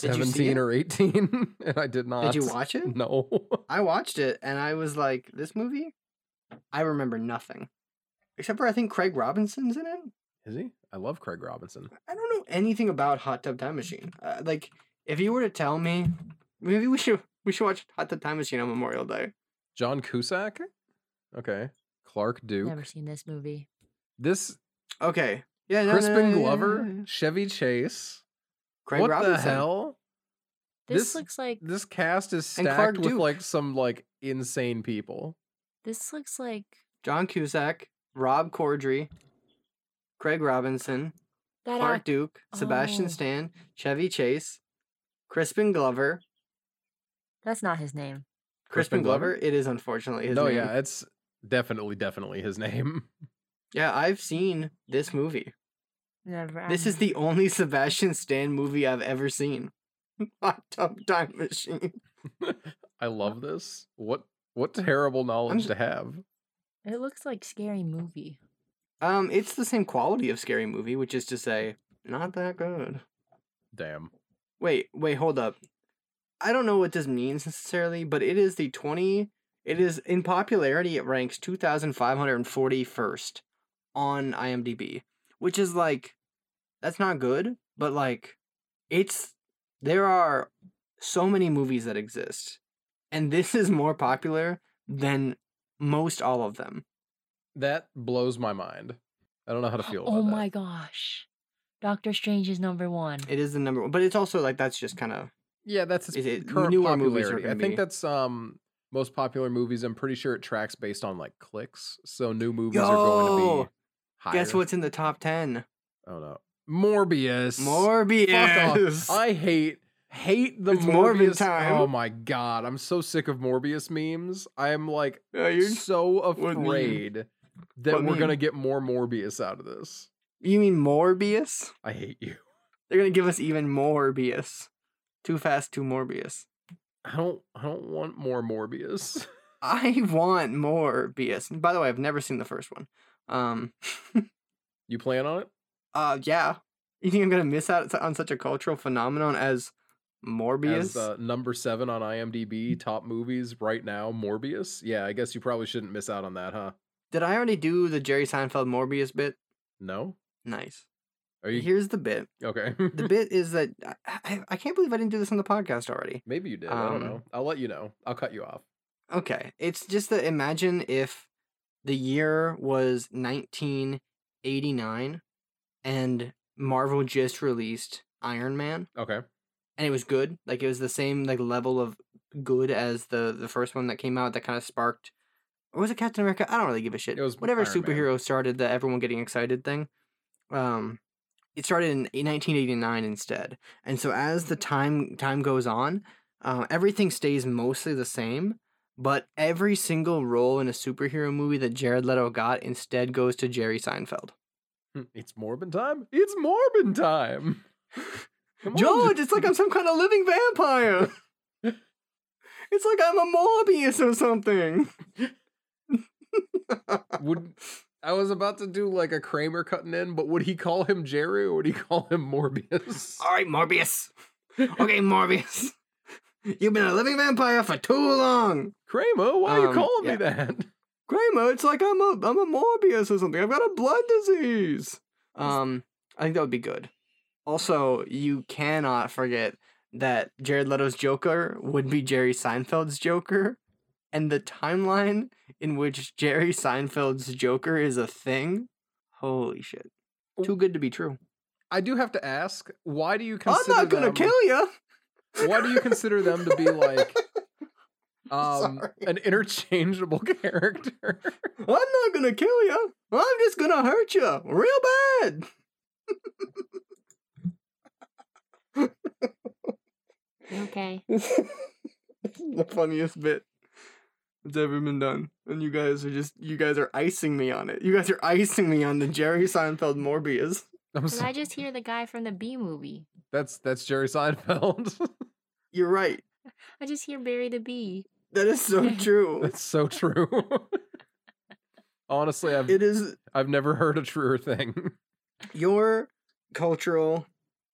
Speaker 1: Did you see
Speaker 2: 17
Speaker 1: it?
Speaker 2: or 18. and I did not.
Speaker 1: Did you watch it?
Speaker 2: No.
Speaker 1: I watched it and I was like, this movie? I remember nothing. Except for I think Craig Robinson's in it.
Speaker 2: Is he? I love Craig Robinson.
Speaker 1: I don't know anything about Hot Tub Time Machine. Uh, like, if you were to tell me, maybe we should We should watch Hot Tub Time Machine on Memorial Day.
Speaker 2: John Cusack. Okay. Clark Duke.
Speaker 3: Never seen this movie.
Speaker 2: This
Speaker 1: Okay. Yeah. no, no, no, no,
Speaker 2: Crispin
Speaker 1: no,
Speaker 2: Glover,
Speaker 1: no, no.
Speaker 2: Chevy Chase.
Speaker 1: Craig
Speaker 2: what
Speaker 1: Robinson.
Speaker 2: the hell?
Speaker 3: This,
Speaker 2: This-
Speaker 3: looks like
Speaker 2: This cast is
Speaker 1: And Clark
Speaker 2: stacked with
Speaker 1: Duke.
Speaker 2: like some like insane people.
Speaker 3: this looks like
Speaker 1: John Cusack, Rob Corddry, Craig Robinson,
Speaker 3: that
Speaker 1: Clark
Speaker 3: act-
Speaker 1: Duke, Sebastian
Speaker 3: Oh.
Speaker 1: Stan, Chevy Chase, Crispin Glover.
Speaker 3: that's not his name.
Speaker 1: Crispin Glover. It is unfortunately his
Speaker 2: no,
Speaker 1: name.
Speaker 2: yeah, it's definitely, definitely his name.
Speaker 1: Yeah, I've seen this movie.
Speaker 3: Never.
Speaker 1: This is
Speaker 3: I'm-
Speaker 1: the only Sebastian Stan movie I've ever seen. Hot Tub Time Machine.
Speaker 2: I love this. What what terrible knowledge
Speaker 1: s-
Speaker 2: to have.
Speaker 3: It looks like scary movie.
Speaker 1: Um, it's the same quality of scary movie, which is to say, not that good.
Speaker 2: Damn.
Speaker 1: Wait, wait, hold up. I don't know what this means necessarily, but it is the 20 it is in popularity it ranks 2541st on IMDb, which is like that's not good, but like it's there are so many movies that exist and this is more popular than most all of them.
Speaker 2: That blows my mind. I don't know how to feel about
Speaker 3: Oh
Speaker 2: that.
Speaker 3: my gosh. Doctor Strange is number one.
Speaker 1: It is the number one, but it's also like that's just kind of
Speaker 2: Yeah, that's its
Speaker 1: Is it
Speaker 2: current
Speaker 1: newer movies are
Speaker 2: popularity. I
Speaker 1: gonna
Speaker 2: think
Speaker 1: be-
Speaker 2: that's um most popular movies. I'm pretty sure it tracks based on like clicks. So new movies are going to
Speaker 1: Yo!
Speaker 2: be higher.
Speaker 1: guess what's in the top 10?
Speaker 2: Oh no, Morbius.
Speaker 1: Morbius.
Speaker 2: Fuck off. I hate hate the
Speaker 1: It's Morbin
Speaker 2: Morbius.
Speaker 1: time.
Speaker 2: Oh my god, I'm so sick of Morbius memes. I'm like
Speaker 1: Yeah, you're-
Speaker 2: so
Speaker 1: meme?
Speaker 2: afraid that
Speaker 1: What
Speaker 2: we're gonna
Speaker 1: meme?
Speaker 2: get more Morbius out of this.
Speaker 1: You mean Morbius?
Speaker 2: I hate you.
Speaker 1: They're gonna give us even more Morbius. Too fast, too Morbius.
Speaker 2: I don't. I don't want more Morbius.
Speaker 1: I want more Morbius. And by the way, I've never seen the first one. Um,
Speaker 2: You plan on it?
Speaker 1: uh, yeah. You think I'm gonna miss out on such a cultural phenomenon as Morbius?
Speaker 2: as uh, number seven on IMDb top movies right now, Morbius. Yeah, I guess you probably shouldn't miss out on that, huh?
Speaker 1: Did I already do the Jerry Seinfeld Morbius bit?
Speaker 2: No,
Speaker 1: Nice.
Speaker 2: are you
Speaker 1: Here's the bit.
Speaker 2: okay?
Speaker 1: The bit is that I, I, I can't believe I didn't do this on the podcast already.
Speaker 2: Maybe you did. I don't
Speaker 1: Um,
Speaker 2: know. I'll let you know. I'll cut you off.
Speaker 1: Okay. It's just that imagine if the year was 1989 and Marvel just released Iron Man
Speaker 2: Okay.
Speaker 1: and it was good. Like it was the same like level of good as the the first one that came out that kind of sparked or was it Captain America? I don't really give a shit.
Speaker 2: It was
Speaker 1: whatever
Speaker 2: Iron Man.
Speaker 1: superhero started the everyone getting excited thing. Um it started in 1989 instead. And so as
Speaker 2: Mm.
Speaker 1: the time time goes on, uh, everything stays mostly the same, but every single role in a superhero movie that Jared Leto got instead goes to Jerry Seinfeld.
Speaker 2: Hmm, It's Morbin time. It's Morbin time. Come on,
Speaker 1: George,
Speaker 2: Ju-
Speaker 1: it's like I'm some kind of living vampire. it's like I'm a Morbius or something.
Speaker 2: would. I was about to do like a Kramer cutting in, but would he call him Jerry or would he call him Morbius?
Speaker 1: All right, Morbius. Okay, Morbius. You've been a living vampire for too long.
Speaker 2: Kramer, why are you
Speaker 1: Um,
Speaker 2: calling
Speaker 1: yeah.
Speaker 2: me that?
Speaker 1: Kramer, it's like I'm a I'm a Morbius or something. I've got a blood disease. Um, I think that would be good. Also, you cannot forget that Jared Leto's Joker would be Jerry Seinfeld's Joker, and the timeline in which Jerry Seinfeld's Joker is a thing. Holy shit! Too good to be true.
Speaker 2: I do have to ask, why do you
Speaker 1: I'm
Speaker 2: consider
Speaker 1: not gonna
Speaker 2: them-
Speaker 1: kill you.
Speaker 2: why do you consider them to be like um
Speaker 1: Sorry.
Speaker 2: an interchangeable character
Speaker 1: I'm not gonna kill you. I'm just gonna hurt you real bad.
Speaker 3: Okay.
Speaker 1: It's the funniest bit that's ever been done. And you guys are just you guys are icing me on it. You guys are icing me on the Jerry Seinfeld Morbius.
Speaker 2: I'm
Speaker 3: Did I
Speaker 2: sorry.
Speaker 3: just hear the guy from the B movie?
Speaker 2: that's that's jerry seinfeld
Speaker 1: You're right.
Speaker 3: I just hear Barry the Bee.
Speaker 1: That is so true.
Speaker 2: that's so true honestly i've
Speaker 1: It is
Speaker 2: i've never heard a truer thing
Speaker 1: your cultural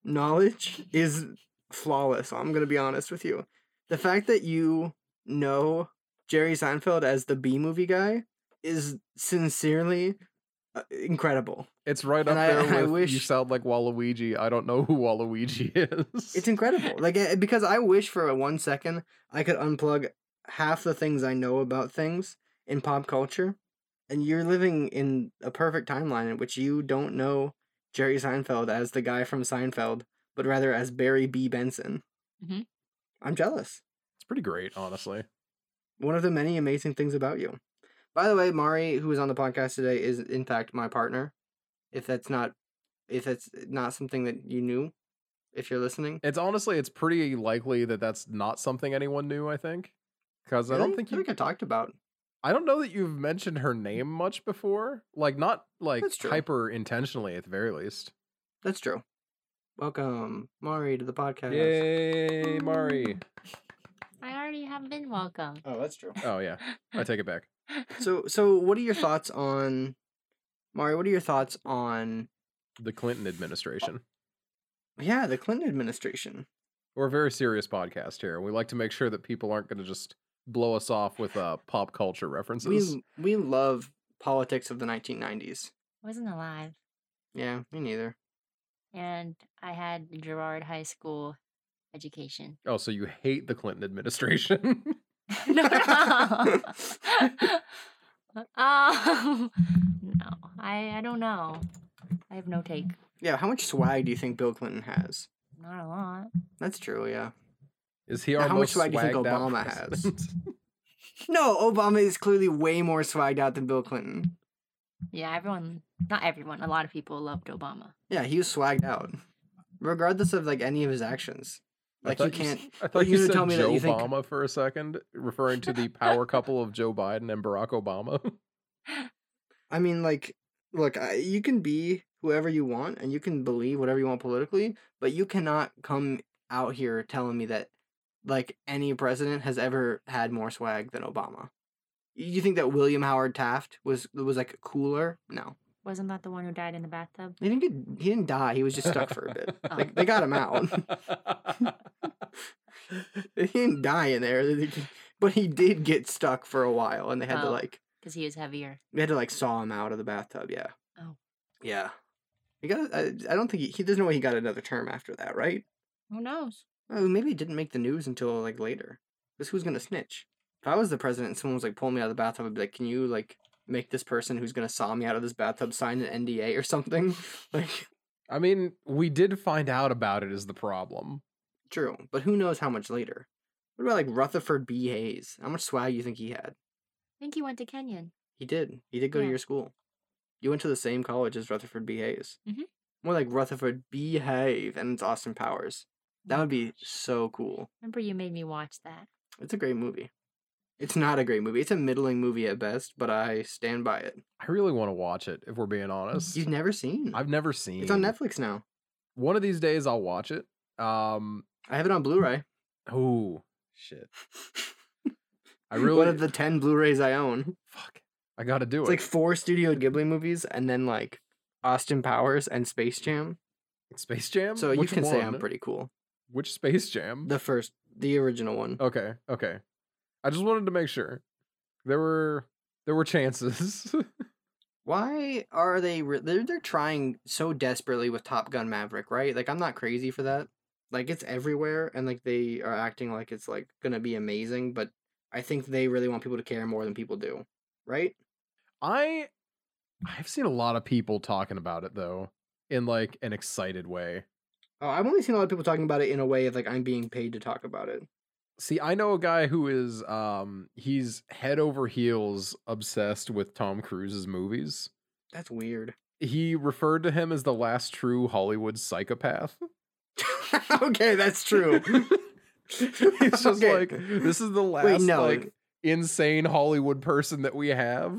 Speaker 1: knowledge is flawless. I'm gonna be honest with you. The fact that you know Jerry Seinfeld as the B movie guy is sincerely uh, incredible.
Speaker 2: It's right up
Speaker 1: And I-
Speaker 2: there
Speaker 1: and I
Speaker 2: with you
Speaker 1: wish-
Speaker 2: sound like Waluigi. I don't know who Waluigi is.
Speaker 1: It's incredible. Like eh, because I wish for one second I could unplug half the things I know about things in pop culture, and you're living in a perfect timeline in which you don't know Jerry Seinfeld as the guy from Seinfeld, but rather as Barry B. Benson.
Speaker 2: Mm-hmm.
Speaker 3: Mhm.
Speaker 1: I'm jealous.
Speaker 2: It's pretty great, honestly.
Speaker 1: one of the many amazing things about you. By the way, Mari, who is on the podcast today, is in fact my partner. If that's not, if that's not something that you knew, if you're listening,
Speaker 2: It's honestly, it's pretty likely that that's not something anyone knew. I think because I don't
Speaker 1: Really?
Speaker 2: think
Speaker 1: I
Speaker 2: you.
Speaker 1: I talked about.
Speaker 2: I don't know that you've mentioned her name much before. Like not like
Speaker 1: That's true.
Speaker 2: hyper intentionally at the very least.
Speaker 1: That's true. Welcome, Mari, to the podcast.
Speaker 2: Yay, Mari!
Speaker 3: I already have been welcome.
Speaker 1: Oh, that's true.
Speaker 2: Oh yeah, I take it back.
Speaker 1: So, so what are your thoughts on Mari? What are your thoughts on
Speaker 2: The Clinton administration.
Speaker 1: yeah the Clinton administration?
Speaker 2: We're a very serious podcast here. We like to make sure that people aren't going to just blow us off with uh, pop culture references.
Speaker 1: We we love politics of the 1990s.
Speaker 3: wasn't alive.
Speaker 1: Yeah, me neither.
Speaker 3: And I had the Girard High School education.
Speaker 2: Oh, so you hate the Clinton administration?
Speaker 3: no, no. um, no, I, I don't know. I have no take.
Speaker 1: Yeah, how much swag do you think Bill Clinton has?
Speaker 3: Not a lot.
Speaker 1: That's true. Yeah.
Speaker 2: Is he
Speaker 1: Now,
Speaker 2: our
Speaker 1: how much
Speaker 2: most
Speaker 1: swag do you think
Speaker 2: swagged out
Speaker 1: Obama has?
Speaker 2: president?
Speaker 1: No, Obama is clearly way more swagged out than Bill Clinton.
Speaker 3: Yeah, everyone, not everyone, a lot of people loved Obama.
Speaker 1: Yeah, he was swagged out, regardless of like any of his actions.
Speaker 2: I
Speaker 1: Like you
Speaker 2: thought
Speaker 1: can't.
Speaker 2: s- I thought
Speaker 1: you
Speaker 2: you
Speaker 1: gonna
Speaker 2: said
Speaker 1: tell me that
Speaker 2: Joe
Speaker 1: you think-
Speaker 2: Obama for a second, referring to the power couple of Joe Biden and Barack Obama.
Speaker 1: I mean, like, look, I, you can be whoever you want, and you can believe whatever you want politically, but you cannot come out here telling me that like any president has ever had more swag than Obama. You- You think that William Howard Taft was was like cooler? No,
Speaker 3: Wasn't that the one who died in the bathtub?
Speaker 1: he didn't get he didn't die. He was just stuck for a bit. They, they got him out. he didn't die in there, but he did get stuck for a while, and they had to
Speaker 3: Oh.
Speaker 1: like
Speaker 3: Because he was heavier.
Speaker 1: they had to like saw him out of the bathtub. Yeah.
Speaker 3: Oh.
Speaker 1: Yeah. He got. I, I don't think he, he. There's no way he got another term after that, right?
Speaker 3: Who knows?
Speaker 1: Oh, maybe he didn't make the news until like later. Because who's gonna snitch? If I was the president, and someone was like pulling me out of the bathtub, I'd be like, "Can you like make this person who's gonna saw me out of this bathtub sign an NDA or something?" Like,
Speaker 2: I mean, we did find out about it is the problem.
Speaker 1: true, but who knows how much later? What about like Rutherford B. Hayes? How much swag you think he had?
Speaker 3: I think he went to Kenyon.
Speaker 1: He did. He did go to
Speaker 3: Yeah.
Speaker 1: your school. You went to the same college as Rutherford B. Hayes.
Speaker 2: Mm-hmm.
Speaker 3: Mhm.
Speaker 1: More like Rutherford B. Hayes and it's Austin Powers.
Speaker 2: Oh
Speaker 1: That would be so cool.
Speaker 3: Remember, you made me watch that.
Speaker 1: It's a great movie. It's not a great movie. It's a middling movie at best, but I stand by it.
Speaker 2: I really want to watch it if we're being honest.
Speaker 1: You've never seen.
Speaker 2: I've never seen
Speaker 1: It's on Netflix now.
Speaker 2: One of these days I'll watch it. Um
Speaker 1: I have it on Blu-ray.
Speaker 2: oh shit. I
Speaker 1: One
Speaker 2: really
Speaker 1: of the ten Blu-rays I own.
Speaker 2: fuck. I got to do
Speaker 1: It's
Speaker 2: it.
Speaker 1: like four Studio Ghibli movies, and then like Austin Powers and Space Jam.
Speaker 2: Space Jam?
Speaker 1: So
Speaker 2: Which
Speaker 1: you can say I'm
Speaker 2: one?
Speaker 1: pretty cool.
Speaker 2: Which Space Jam?
Speaker 1: The first, the original one.
Speaker 2: Okay, okay. I just wanted to make sure there were there were chances.
Speaker 1: Why are they? Re- they're they're trying so desperately with Top Gun Maverick, right? Like I'm not crazy for that. Like it's everywhere, and like they are acting like it's like gonna be amazing, but I think they really want people to care more than people do, right?
Speaker 2: I
Speaker 1: Mm.
Speaker 2: I've seen a lot of people talking about it though in like an excited way.
Speaker 1: Oh, I've only seen a lot of people talking about it in a way of like I'm being paid to talk about it.
Speaker 2: See, I know a guy who is um he's head over heels obsessed with Tom Cruise's movies.
Speaker 1: That's weird.
Speaker 2: He referred to him as the last true Hollywood psychopath.
Speaker 1: okay, that's true.
Speaker 2: He's just
Speaker 1: Okay.
Speaker 2: like this is the last
Speaker 1: Wait, no.
Speaker 2: like insane Hollywood person that we have.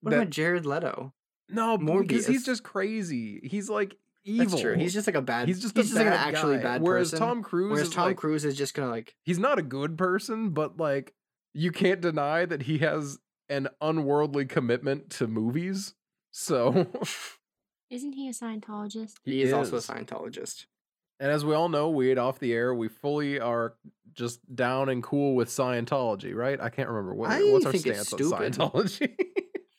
Speaker 1: what
Speaker 2: that-
Speaker 1: about Jared Leto?
Speaker 2: No, more because he's
Speaker 1: Morbius?
Speaker 2: just crazy. He's like evil.
Speaker 1: That's true. He's just like a bad.
Speaker 2: he's just
Speaker 1: he's
Speaker 2: a
Speaker 1: just like an
Speaker 2: bad
Speaker 1: actually
Speaker 2: guy.
Speaker 1: bad
Speaker 2: Whereas
Speaker 1: person.
Speaker 2: Tom Cruise
Speaker 1: Whereas
Speaker 2: is
Speaker 1: Tom
Speaker 2: like,
Speaker 1: Cruise is just gonna like
Speaker 2: he's not a good person, but like you can't deny that he has an unworldly commitment to movies. So
Speaker 3: Isn't he a Scientologist?
Speaker 1: he, is also a Scientologist.
Speaker 2: And as we all know, we ate off the air. We fully are just down and cool with Scientology, right? I can't remember what
Speaker 1: I
Speaker 2: what's our
Speaker 1: think
Speaker 2: stance
Speaker 1: it's
Speaker 2: on
Speaker 1: stupid.
Speaker 2: Scientology.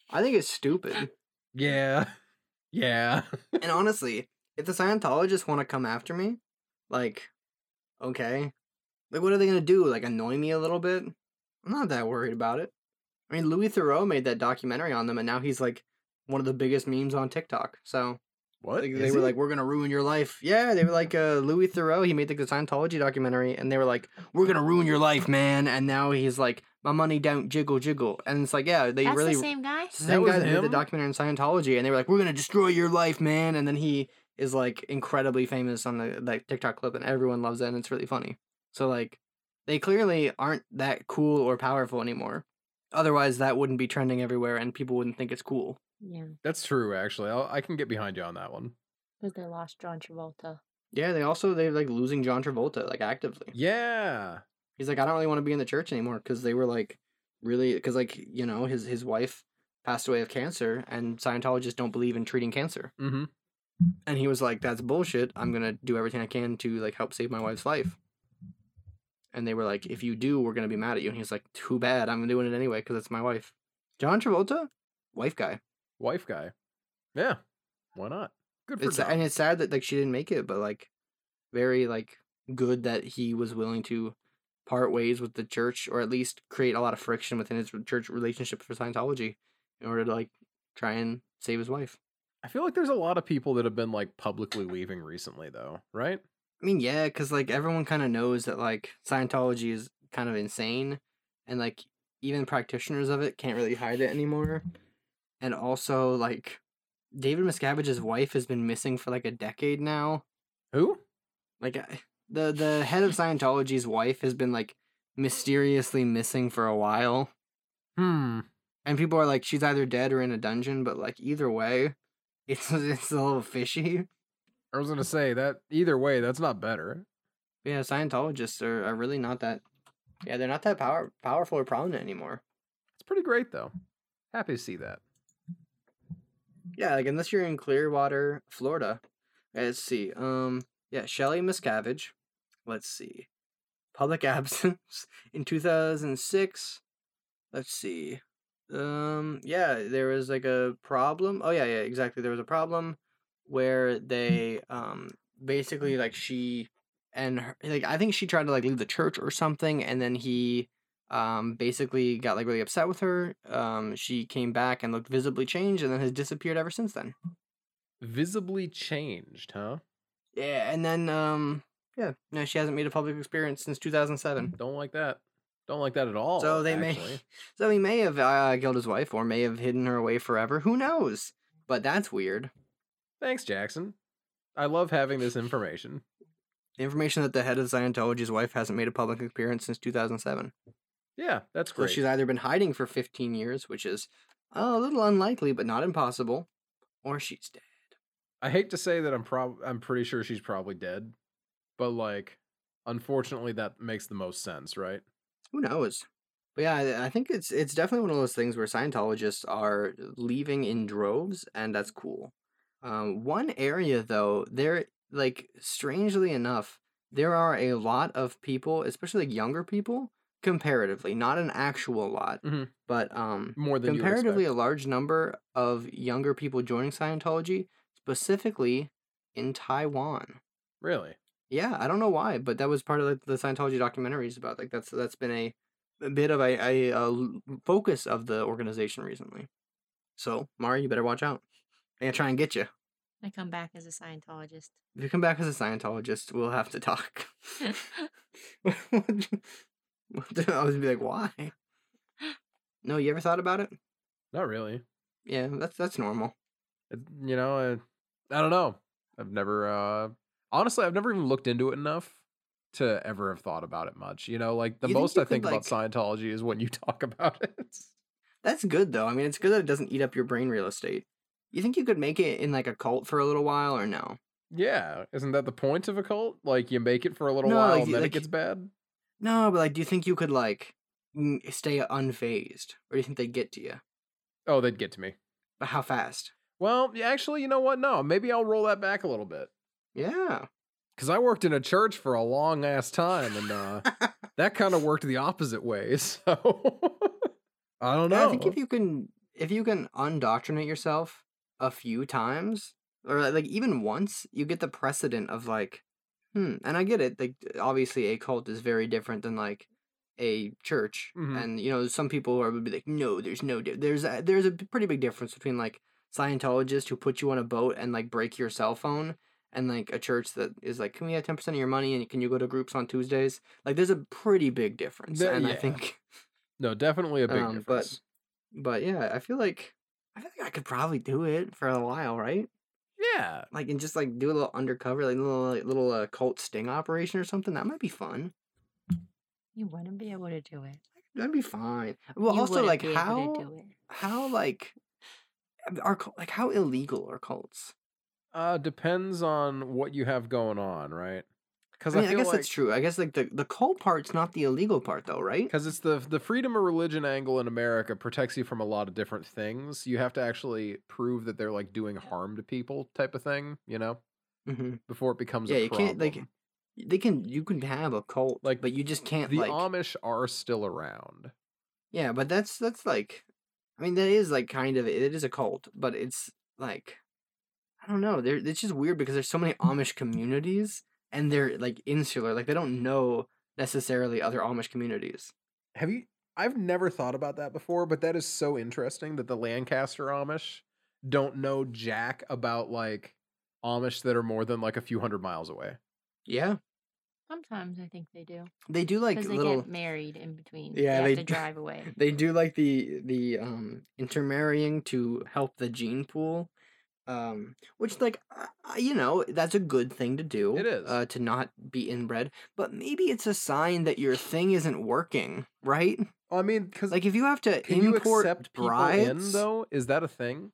Speaker 1: I think it's stupid.
Speaker 2: Yeah. Yeah.
Speaker 1: And honestly, if the Scientologists want to come after me, like, okay. Like, what are they going to do? Like, annoy me a little bit? I'm not that worried about it. I mean, Louis Thoreau made that documentary on them, and now he's like one of the biggest memes on TikTok. So
Speaker 2: What?
Speaker 1: like, they
Speaker 2: Is
Speaker 1: were
Speaker 2: he?
Speaker 1: like, "We're gonna ruin your life." Yeah, they were like uh, Louis Thoreau. He made like, the Scientology documentary, and they were like, "We're gonna ruin your life, man." And now he's like, "My money don't jiggle, jiggle." And it's like, yeah, they
Speaker 3: That's
Speaker 1: really
Speaker 3: the same guy.
Speaker 1: it's the same
Speaker 2: That
Speaker 1: guy
Speaker 2: was
Speaker 1: that did the
Speaker 2: him?
Speaker 1: documentary on Scientology, and they were like, "We're gonna destroy your life, man." And then he is like incredibly famous on the like TikTok clip, and everyone loves it, and it's really funny. So like, they clearly aren't that cool or powerful anymore. Otherwise, that wouldn't be trending everywhere, and people wouldn't think it's cool.
Speaker 3: Yeah,
Speaker 2: That's true, actually. I'll, I can get behind you on that one.
Speaker 3: because they lost John Travolta.
Speaker 1: Yeah, they also they're like losing John Travolta like actively.
Speaker 2: Yeah.
Speaker 1: He's like, I don't really want to be in the church anymore because they were like really because like you know his his wife passed away of cancer, and Scientologists don't believe in treating cancer.
Speaker 2: Mm-hmm.
Speaker 1: and he was like that's bullshit i'm gonna do everything i can to like help save my wife's life and they were like if you do we're gonna be mad at you and he's like too bad i'm doing it anyway because it's my wife john travolta wife guy
Speaker 2: Wife guy. Yeah. Why not? Good for
Speaker 1: it's
Speaker 2: John.
Speaker 1: and it's sad that like she didn't make it but like very like good that he was willing to part ways with the church or at least create a lot of friction within his church relationship for scientology in order to like try and save his wife
Speaker 2: I feel like there's a lot of people that have been like publicly leaving recently, though, right?
Speaker 1: I mean, yeah, because like everyone kind of knows that like Scientology is kind of insane, and like even practitioners of it can't really hide it anymore. And also, like David Miscavige's wife has been missing for like a decade now.
Speaker 2: Who?
Speaker 1: Like I- the the head of Scientology's wife has been like mysteriously missing for a while,
Speaker 2: Hmm.
Speaker 1: and people are like, she's either dead or in a dungeon. But like either way, it's it's a little fishy.
Speaker 2: I was gonna say that either way, that's not better.
Speaker 1: Yeah, Scientologists are, are really not that. Yeah, they're not that power powerful or prominent anymore.
Speaker 2: It's pretty great though. Happy to see that.
Speaker 1: Yeah, like unless you're in Clearwater, Florida. Okay, Let's see. Um, yeah, Shelley Miscavige. Let's see. Public absence in 2006. Let's see. Um, yeah, there was like a problem. Oh yeah, yeah, exactly. There was a problem where they um basically like she and her, like I think she tried to like leave the church or something and then he um basically got like really upset with her. Um she came back and looked visibly changed and then has disappeared ever since then.
Speaker 2: Visibly changed, huh?
Speaker 1: Yeah, and then um yeah, no she hasn't made a public experience since 2007.
Speaker 2: Don't like that. Don't like that at all.
Speaker 1: So they may,
Speaker 2: actually.
Speaker 1: so he may have uh, killed his wife, or may have hidden her away forever. Who knows? But that's weird.
Speaker 2: Thanks, Jackson. I love having this information.
Speaker 1: The information that the head of Scientology's wife hasn't made a public appearance since 2007.
Speaker 2: Yeah, that's
Speaker 1: So
Speaker 2: great.
Speaker 1: she's either been hiding for 15 years, which is a little unlikely but not impossible, or she's dead.
Speaker 2: I hate to say that I'm prob I'm pretty sure she's probably dead, but like, unfortunately, that makes the most sense, right?
Speaker 1: Who knows? But yeah, I- I think it's it's definitely one of those things where Scientologists are leaving in droves, and that's cool. Um, one area though, there like strangely enough, there are a lot of people, especially like younger people, comparatively, not an actual lot,
Speaker 2: Mhm.
Speaker 1: but um,
Speaker 2: More than
Speaker 1: comparatively
Speaker 2: you
Speaker 1: a large number of younger people joining Scientology, specifically in Taiwan.
Speaker 2: would expect. really.
Speaker 1: Yeah, I don't know why, but that was part of like, the Scientology documentaries about like that's that's been a, a bit of a, a, uh l- focus of the organization recently. So Mari, you better watch out. They're gonna try and get you.
Speaker 3: I come back as a Scientologist.
Speaker 1: If you come back as a Scientologist, we'll have to talk. I was be like, why? No, you ever thought about it?
Speaker 2: Not really.
Speaker 1: Yeah, that's that's normal.
Speaker 2: It- you know, I, I don't know. I've never, uh, honestly, I've never even looked into it enough to ever have thought about it much. You know, like the
Speaker 1: You think
Speaker 2: most
Speaker 1: you
Speaker 2: I think
Speaker 1: could,
Speaker 2: about Scientology is when you talk about it.
Speaker 1: That's good though. I mean, it's good that it doesn't eat up your brain real estate. You think you could make it in like a cult for a little while or no?
Speaker 2: yeah, isn't that the point of a cult? Like you make it for a little
Speaker 1: No,
Speaker 2: while
Speaker 1: like,
Speaker 2: and then
Speaker 1: like-
Speaker 2: it gets bad.
Speaker 1: No, but like, do you think you could like n- stay unfazed, or do you think they get to you?
Speaker 2: Oh, they'd get to me.
Speaker 1: But how fast?
Speaker 2: Well, yeah, actually, you know what? No, maybe I'll roll that back a little bit.
Speaker 1: Yeah.
Speaker 2: Because I worked in a church for a long ass time, and uh, that kind of worked the opposite way. So I don't know.
Speaker 1: Yeah, I think if you can, if you can undoctrinate yourself a few times or like even once, you get the precedent of like, hmm. And I get it. Like obviously, a cult is very different than like a church,
Speaker 2: Mhm.
Speaker 1: and you know some people who are would be like, no, there's no di-. there's a, there's a pretty big difference between like Scientologists who put you on a boat and like break your cell phone. And like a church that is like, can we have ten percent of your money, and can you go to groups on Tuesdays? Like, there's a pretty big difference,
Speaker 2: There-
Speaker 1: and I
Speaker 2: yeah.
Speaker 1: think
Speaker 2: No, definitely a big
Speaker 1: Um, but-
Speaker 2: difference.
Speaker 1: But yeah, I feel like I feel like I could probably do it for a while, right?
Speaker 2: yeah.
Speaker 1: Like and just like do a little undercover, like little like, little uh, cult sting operation or something. That might be fun.
Speaker 3: You wouldn't be able to do it.
Speaker 1: That'd be fine. Well,
Speaker 3: You
Speaker 1: also
Speaker 3: wouldn't
Speaker 1: like
Speaker 3: be able to
Speaker 1: how
Speaker 3: do it.
Speaker 1: how like um, are cul- like how illegal are cults?
Speaker 2: Uh, depends on what you have going on,
Speaker 1: I
Speaker 2: right? Because
Speaker 1: mean, I, guess that's true. I guess like the the cult part's not the illegal part though, right?
Speaker 2: Because it's the the freedom of religion angle in America protects you from a lot of different things. You have to actually prove that they're like doing harm to people, type of thing, you know,
Speaker 1: hmm
Speaker 2: before it becomes
Speaker 1: Yeah,
Speaker 2: a
Speaker 1: you can't,
Speaker 2: problem.
Speaker 1: like, They can you can have a cult,
Speaker 2: Like,
Speaker 1: like, but you just can't
Speaker 2: the
Speaker 1: like
Speaker 2: Amish are still around.
Speaker 1: Yeah, but that's that's like, I mean, that is like kind of it is a cult, but it's like, I don't know. There, it's just weird because there's so many Amish communities, and they're like insular, like they don't know necessarily other Amish communities.
Speaker 2: Have you? I've never thought about that before, but that is so interesting that the Lancaster Amish don't know jack about like Amish that are more than like a few hundred miles away.
Speaker 1: Yeah,
Speaker 3: Sometimes I think they do
Speaker 1: they do like
Speaker 3: because they
Speaker 1: little.
Speaker 3: get married in between.
Speaker 1: Yeah,
Speaker 3: they have
Speaker 1: they
Speaker 3: to
Speaker 1: d-
Speaker 3: drive away.
Speaker 1: They do like the the um intermarrying to help the gene pool, um, which like I- I- you know that's a good thing to do.
Speaker 2: It is.
Speaker 1: uh, to not be inbred, but maybe it's a sign that your thing isn't working, right?
Speaker 2: I mean, because
Speaker 1: Like if you have to
Speaker 2: can you
Speaker 1: import
Speaker 2: accept people in
Speaker 1: brides,
Speaker 2: though? Is that a thing?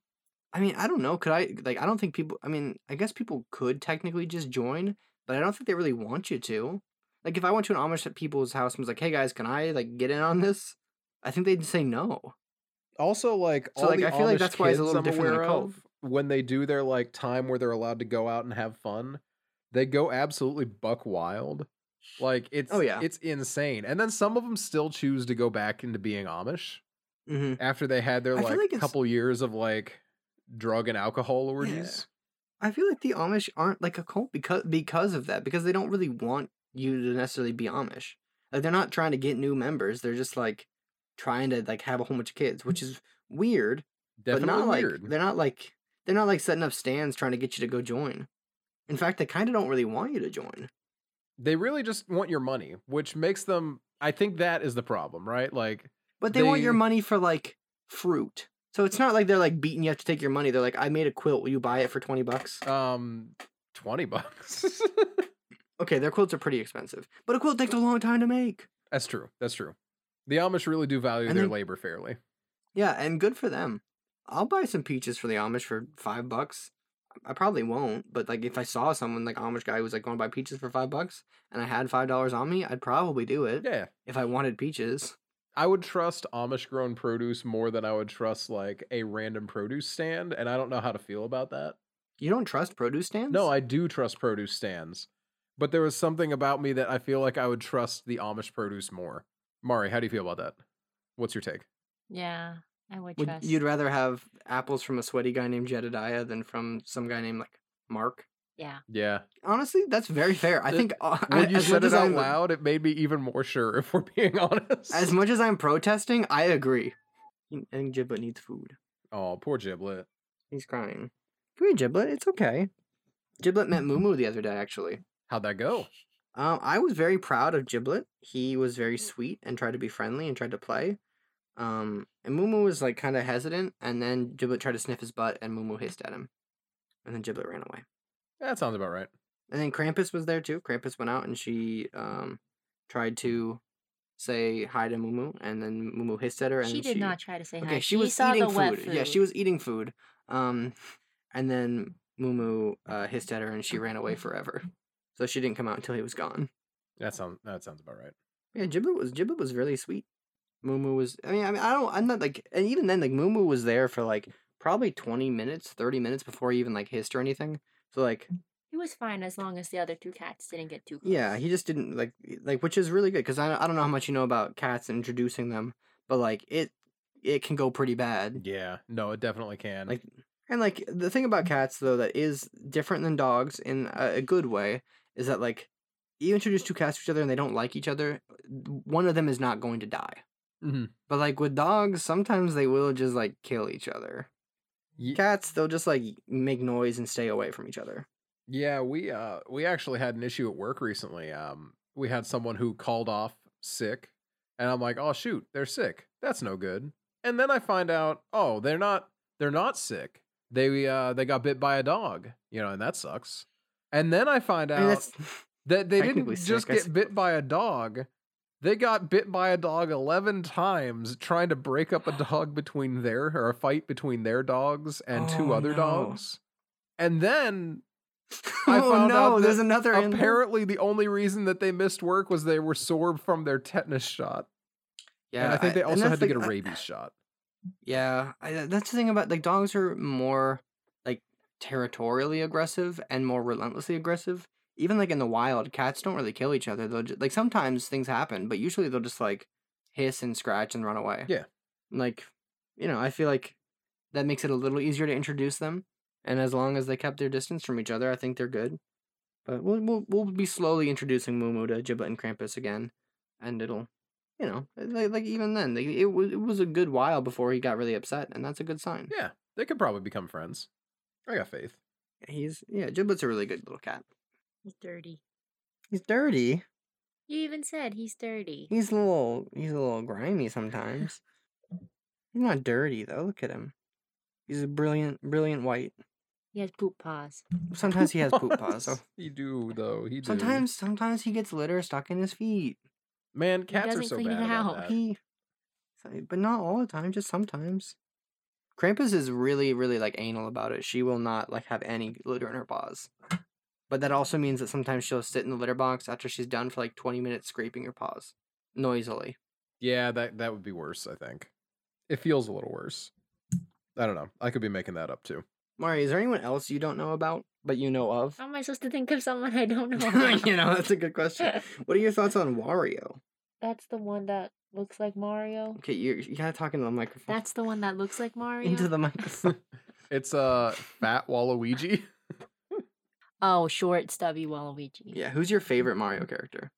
Speaker 1: I mean, I don't know. Could I like? I don't think people. I mean, I guess people could technically just join, but I don't think they really want you to. Like, if I went to an Amish at people's house and was like, "Hey guys, can I like get in on this?" I think they'd say no.
Speaker 2: also like
Speaker 1: So,
Speaker 2: all
Speaker 1: like,
Speaker 2: the
Speaker 1: I feel like
Speaker 2: Amish
Speaker 1: that's why it's a
Speaker 2: kids
Speaker 1: little
Speaker 2: I'm
Speaker 1: different than a
Speaker 2: aware
Speaker 1: cult.
Speaker 2: of, when they do their like time where they're allowed to go out and have fun, they go absolutely buck wild. Like it's
Speaker 1: Oh, yeah.
Speaker 2: it's insane. And then some of them still choose to go back into being Amish
Speaker 1: Mm-hmm.
Speaker 2: after they had their
Speaker 1: I feel
Speaker 2: like,
Speaker 1: like it's-
Speaker 2: couple years of like drug and alcohol orgies.
Speaker 1: I feel like the Amish aren't like a cult because because of that because they don't really want you to necessarily be Amish. Like they're not trying to get new members. They're just like trying to like have a whole bunch of kids,
Speaker 2: Mm.
Speaker 1: which is weird.
Speaker 2: Definitely
Speaker 1: but not
Speaker 2: weird.
Speaker 1: like they're not like they're not like setting up stands trying to get you to go join. In fact, they kind of don't really want you to join.
Speaker 2: they really just want your money, which makes them I think that is the problem, right? Like
Speaker 1: But they, want your
Speaker 2: They-
Speaker 1: money for like fruit. So it's not like they're like beating you up to take your money. They're like, I made a quilt. Will you buy it for twenty bucks?
Speaker 2: um 20 bucks.
Speaker 1: Okay, their quilts are pretty expensive, but a quilt takes a long time to make.
Speaker 2: That's true. That's true. The Amish really do value
Speaker 1: And
Speaker 2: their
Speaker 1: then-
Speaker 2: labor fairly.
Speaker 1: Yeah, and good for them. I'll buy some peaches for the Amish for five bucks. I probably won't, but like if I saw someone like Amish guy who was like going to buy peaches for five bucks, and I had five dollars on me, I'd probably do it
Speaker 2: Yeah.
Speaker 1: if I wanted peaches.
Speaker 2: I would trust Amish grown produce more than I would trust like a random produce stand, and I don't know how to feel about that.
Speaker 1: You don't trust produce stands?
Speaker 2: No, I do trust produce stands, but there was something about me that I feel like I would trust the Amish produce more. Mari, how do you feel about that? What's your take?
Speaker 3: Yeah, I would,
Speaker 1: Would,
Speaker 3: trust.
Speaker 1: you'd rather have apples from a sweaty guy named Jedediah than from some guy named like Mark?
Speaker 3: yeah,
Speaker 2: Yeah.
Speaker 1: Honestly, that's very fair. I
Speaker 2: Uh,
Speaker 1: think uh, I-
Speaker 2: When you
Speaker 1: as
Speaker 2: said
Speaker 1: much
Speaker 2: it
Speaker 1: as
Speaker 2: out
Speaker 1: I'm-
Speaker 2: loud, it made me even more sure, if we're being honest.
Speaker 1: As much as I'm protesting, I agree. I think Giblet needs food.
Speaker 2: oh, poor Giblet.
Speaker 1: He's crying. Come here, Giblet. It's okay. Giblet met Moo Moo the other day, actually.
Speaker 2: How'd that go?
Speaker 1: Um, I was very proud of Giblet. He was very
Speaker 3: Mm.
Speaker 1: sweet and tried to be friendly and tried to play. Um, and Mumu was like kind of hesitant, and then Giblet tried to sniff his butt, and Mumu hissed at him, and then Giblet ran away.
Speaker 2: That sounds about right.
Speaker 1: And then Krampus was there too. Krampus went out and she um tried to say hi to Mumu, and then Mumu hissed at her. And
Speaker 3: she did not try to say hi.
Speaker 1: Okay, she
Speaker 3: He
Speaker 1: was
Speaker 3: saw
Speaker 1: eating
Speaker 3: the wet
Speaker 1: food. Yeah, she
Speaker 3: food.
Speaker 1: was eating food. Um, and then Mumu uh, hissed at her, and she ran away forever. So she didn't come out until he was gone.
Speaker 2: That sounds that sounds about right.
Speaker 1: Yeah, Giblet was Giblet was really sweet. Mumu was. I mean, I mean, I don't. I'm not like. And even then, like Mumu was there for like probably 20 minutes, 30 minutes before he even like hissed or anything. So like,
Speaker 3: He was fine as long as the other two cats didn't get too close.
Speaker 1: Yeah, he just didn't like like which is really good because I I don't know how much you know about cats and introducing them, but like it it can go pretty bad.
Speaker 2: Yeah, no, it definitely can.
Speaker 1: Mm. Like And like the thing about
Speaker 2: Mm-hmm.
Speaker 1: cats though that is different than dogs in a, a good way is that like you introduce two cats to each other and they don't like each other, one of them is not going to die.
Speaker 2: Mhm.
Speaker 1: But like with dogs, sometimes they will just like kill each other.
Speaker 2: Ye-
Speaker 1: Cats, they'll just like make noise and stay away from each other.
Speaker 2: Yeah, we uh we actually had an issue at work recently. Um we had someone who called off sick and I'm like, "Oh shoot, they're sick. That's no good." And then I find out, "Oh, they're not they're not sick. They uh they got bit by a dog." You know, and that sucks. And then I find
Speaker 1: I mean,
Speaker 2: out
Speaker 1: that's
Speaker 2: that they didn't
Speaker 1: technically sick,
Speaker 2: just
Speaker 1: I
Speaker 2: get bit
Speaker 1: suppose.
Speaker 2: by a dog. They got bit by a dog 11 times trying to break up a dog between their or a fight between their dogs and two
Speaker 1: Oh,
Speaker 2: other
Speaker 1: no.
Speaker 2: dogs. And then I
Speaker 1: oh
Speaker 2: found
Speaker 1: no,
Speaker 2: out
Speaker 1: there's
Speaker 2: that
Speaker 1: another in there.
Speaker 2: Apparently, the only reason that they missed work was they were sore from their tetanus shot.
Speaker 1: Yeah,
Speaker 2: and I think they
Speaker 1: and
Speaker 2: also
Speaker 1: that's,
Speaker 2: had to
Speaker 1: like,
Speaker 2: get a
Speaker 1: I-
Speaker 2: rabies shot.
Speaker 1: Yeah, I, th- that's the thing about like dogs are more like territorially aggressive and more relentlessly aggressive. Even like in the wild, cats don't really kill each other. They'll just, like sometimes things happen, but usually they'll just like hiss and scratch and run away.
Speaker 2: Yeah.
Speaker 1: like you know, I feel like that makes it a little easier to introduce them. And as long as they kept their distance from each other, I think they're good. But we'll we'll, we'll be slowly introducing Mumu to Giblet and Krampus again, and it'll you know, like, like even then, like, it was it was a good while before he got really upset, and that's a good sign.
Speaker 2: Yeah, they could probably become friends. I got faith.
Speaker 1: He's yeah, Giblet's a really good little cat.
Speaker 3: He's dirty.
Speaker 1: He's dirty.
Speaker 3: You even said he's dirty.
Speaker 1: He's a little he's a little grimy sometimes. he's not dirty though. Look at him. He's a brilliant, brilliant white.
Speaker 3: He has poop paws.
Speaker 1: Sometimes he has poop paws. though.
Speaker 2: He do though. He do.
Speaker 1: Sometimes, sometimes he gets litter stuck in his feet.
Speaker 2: man, cats are
Speaker 3: doesn't
Speaker 2: so
Speaker 3: clean it
Speaker 2: bad about
Speaker 3: out.
Speaker 2: that.
Speaker 1: He, so- but not all the time. Just sometimes. Krampus is really, really like anal about it. She will not like have any litter in her paws. But that also means that sometimes she'll sit in the litter box after she's done for like twenty minutes scraping her paws noisily.
Speaker 2: Yeah, that that would be worse. I think it feels a little worse. I don't know. I could be making that up too.
Speaker 1: Mari, is there anyone else you don't know about but you know of?
Speaker 3: How am I supposed to think of someone I don't know? about?
Speaker 1: you know, that's a good question. What are your thoughts on Wario?
Speaker 3: That's the one that looks like Mario.
Speaker 1: Okay, you you gotta talk into the microphone.
Speaker 3: That's the one that looks like Mario.
Speaker 1: into the microphone.
Speaker 2: It's a uh, fat Waluigi.
Speaker 3: oh, short, stubby Waluigi.
Speaker 1: yeah, who's your favorite Mario character?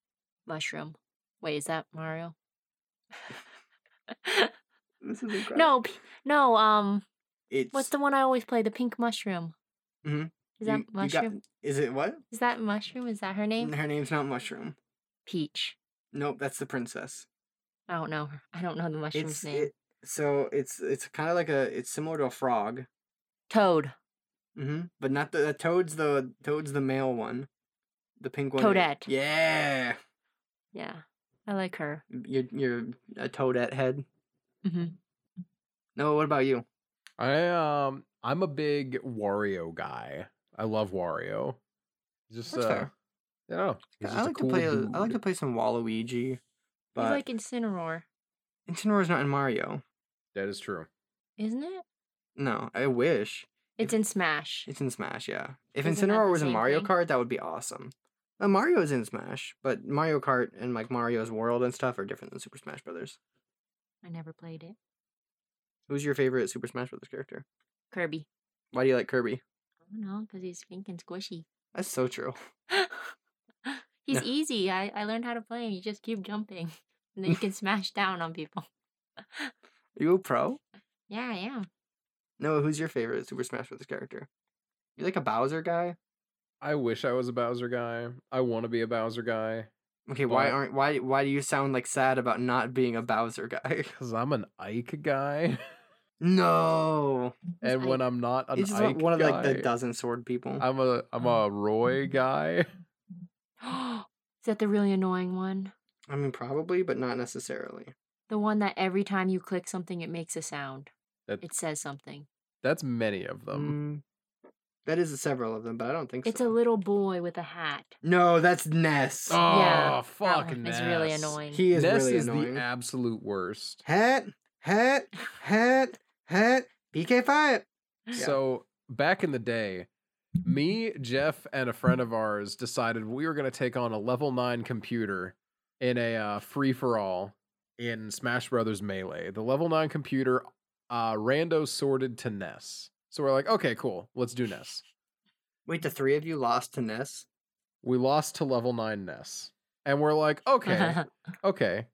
Speaker 3: Mushroom. Wait, is that Mario?
Speaker 1: This is incredible.
Speaker 3: no, p- no. Um,
Speaker 1: it's
Speaker 3: what's the one I always play? The pink mushroom.
Speaker 1: Mhm.
Speaker 3: Is that
Speaker 1: you- you got-
Speaker 3: mushroom?
Speaker 1: is it what?
Speaker 3: Is that mushroom? Is that her name?
Speaker 1: Her name's not Mushroom.
Speaker 3: Peach.
Speaker 1: Nope, that's the princess.
Speaker 3: I don't know. her. I don't know the mushroom's
Speaker 1: It's
Speaker 3: name.
Speaker 1: it- so it's it's kind of like a it's similar to a frog,
Speaker 3: Toad.
Speaker 1: hmm but not the, the toad's the toad's the male one, the pink one. is-
Speaker 3: Toadette.
Speaker 1: Yeah,
Speaker 3: Yeah, I like her.
Speaker 1: you're you're a toadette head.
Speaker 3: hmm
Speaker 1: No, what about you?
Speaker 2: I um I'm a big Wario guy. I love Wario. Just
Speaker 1: That's
Speaker 2: uh
Speaker 1: fair.
Speaker 2: you know, he's
Speaker 1: I
Speaker 2: just a
Speaker 1: like
Speaker 2: cool
Speaker 1: to play. a- I like to
Speaker 2: dude.
Speaker 1: play some Waluigi,
Speaker 3: He's
Speaker 1: but
Speaker 3: like Incineroar,
Speaker 1: Incineroar's not in Mario.
Speaker 2: That is true.
Speaker 3: isn't it?
Speaker 1: No, I wish
Speaker 3: It's in Smash.
Speaker 1: it's in Smash. Yeah, if
Speaker 3: Isn't that
Speaker 1: Incineroar
Speaker 3: the
Speaker 1: was in
Speaker 3: same
Speaker 1: Mario
Speaker 3: thing?
Speaker 1: Kart, that would be awesome. Uh, Mario is in Smash, but Mario Kart and like Mario's World and stuff are different than Super Smash Brothers.
Speaker 3: I never played it.
Speaker 1: Who's your favorite Super Smash Brothers character?
Speaker 3: Kirby.
Speaker 1: Why do you like Kirby?
Speaker 3: I don't know, because he's pink and squishy.
Speaker 1: That's so true.
Speaker 3: he's
Speaker 1: Yeah.
Speaker 3: easy. I, I learned how to play him. You just keep jumping. And then you can smash down on people.
Speaker 1: Are you a pro?
Speaker 3: Yeah, I am.
Speaker 1: No, who's your favorite Super Smash Brothers character? You like a Bowser guy?
Speaker 2: I wish I was a Bowser guy. I want to be a Bowser guy
Speaker 1: Okay, why
Speaker 2: Why?
Speaker 1: aren't why why do you sound like sad about not being a Bowser guy?
Speaker 2: cuz I'm an Ike guy.
Speaker 1: no.
Speaker 3: Who's
Speaker 2: and when
Speaker 3: Ike?
Speaker 2: I'm not an
Speaker 1: It's just
Speaker 2: Ike
Speaker 1: one of like the
Speaker 2: guy,
Speaker 1: dozen sword people.
Speaker 2: I'm a I'm a Roy guy.
Speaker 3: Is that the really annoying one?
Speaker 1: I mean probably, but not necessarily.
Speaker 3: The one that every time you click something, it makes a sound.
Speaker 2: That-
Speaker 3: It says something.
Speaker 2: That's many of them.
Speaker 1: Mm, that is several of them, but I don't think
Speaker 3: It's a
Speaker 1: so.
Speaker 3: little boy with a hat.
Speaker 1: no, that's Ness.
Speaker 2: Oh,
Speaker 3: yeah,
Speaker 2: fuck
Speaker 3: It's really
Speaker 2: Ness.
Speaker 3: annoying.
Speaker 1: he is
Speaker 2: Ness
Speaker 1: really
Speaker 2: is
Speaker 1: annoying.
Speaker 2: the absolute worst.
Speaker 1: hat, hat, hat, hat, PK five. Yeah.
Speaker 2: So back in the day, me, Jeff, and a friend of ours decided we were going to take on a level nine computer in a uh, free for all in Smash Brothers Melee. The level nine computer, uh, rando sorted to Ness. So we're like, okay, cool. Let's do E Ness.
Speaker 1: Wait, the three of you lost to Ness.
Speaker 2: We lost to level nine Ness. And we're like, okay, okay.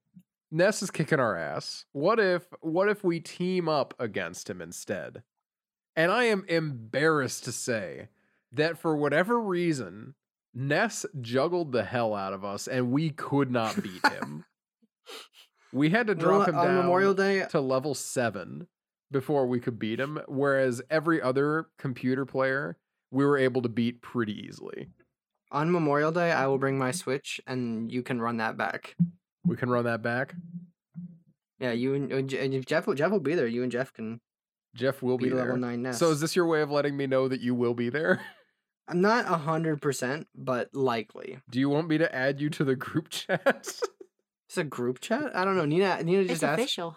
Speaker 2: Ness is kicking our ass. What if what if we team up against him instead? And I am embarrassed to say that for whatever reason, Ness juggled the hell out of us and we could not beat him. we had to drop
Speaker 1: Well,
Speaker 2: him
Speaker 1: on
Speaker 2: down
Speaker 1: Memorial Day.
Speaker 2: to level seven before we could beat him, whereas every other computer player we were able to beat pretty easily.
Speaker 1: On Memorial Day, I will bring my Switch, and you can run that back.
Speaker 2: We can run that back.
Speaker 1: Yeah, you and, and Je- and if Jeff will Jeff will be there. You and Jeff can
Speaker 2: Jeff will be
Speaker 1: be level
Speaker 2: there.
Speaker 1: nine Ness.
Speaker 2: So is this your way of letting me know that you will be there?
Speaker 1: I'm not a hundred percent, but likely.
Speaker 2: Do you want me to add you to the group chat?
Speaker 1: It's a group chat. I don't know. Nina, Nina
Speaker 3: it's
Speaker 1: just asked.
Speaker 3: official.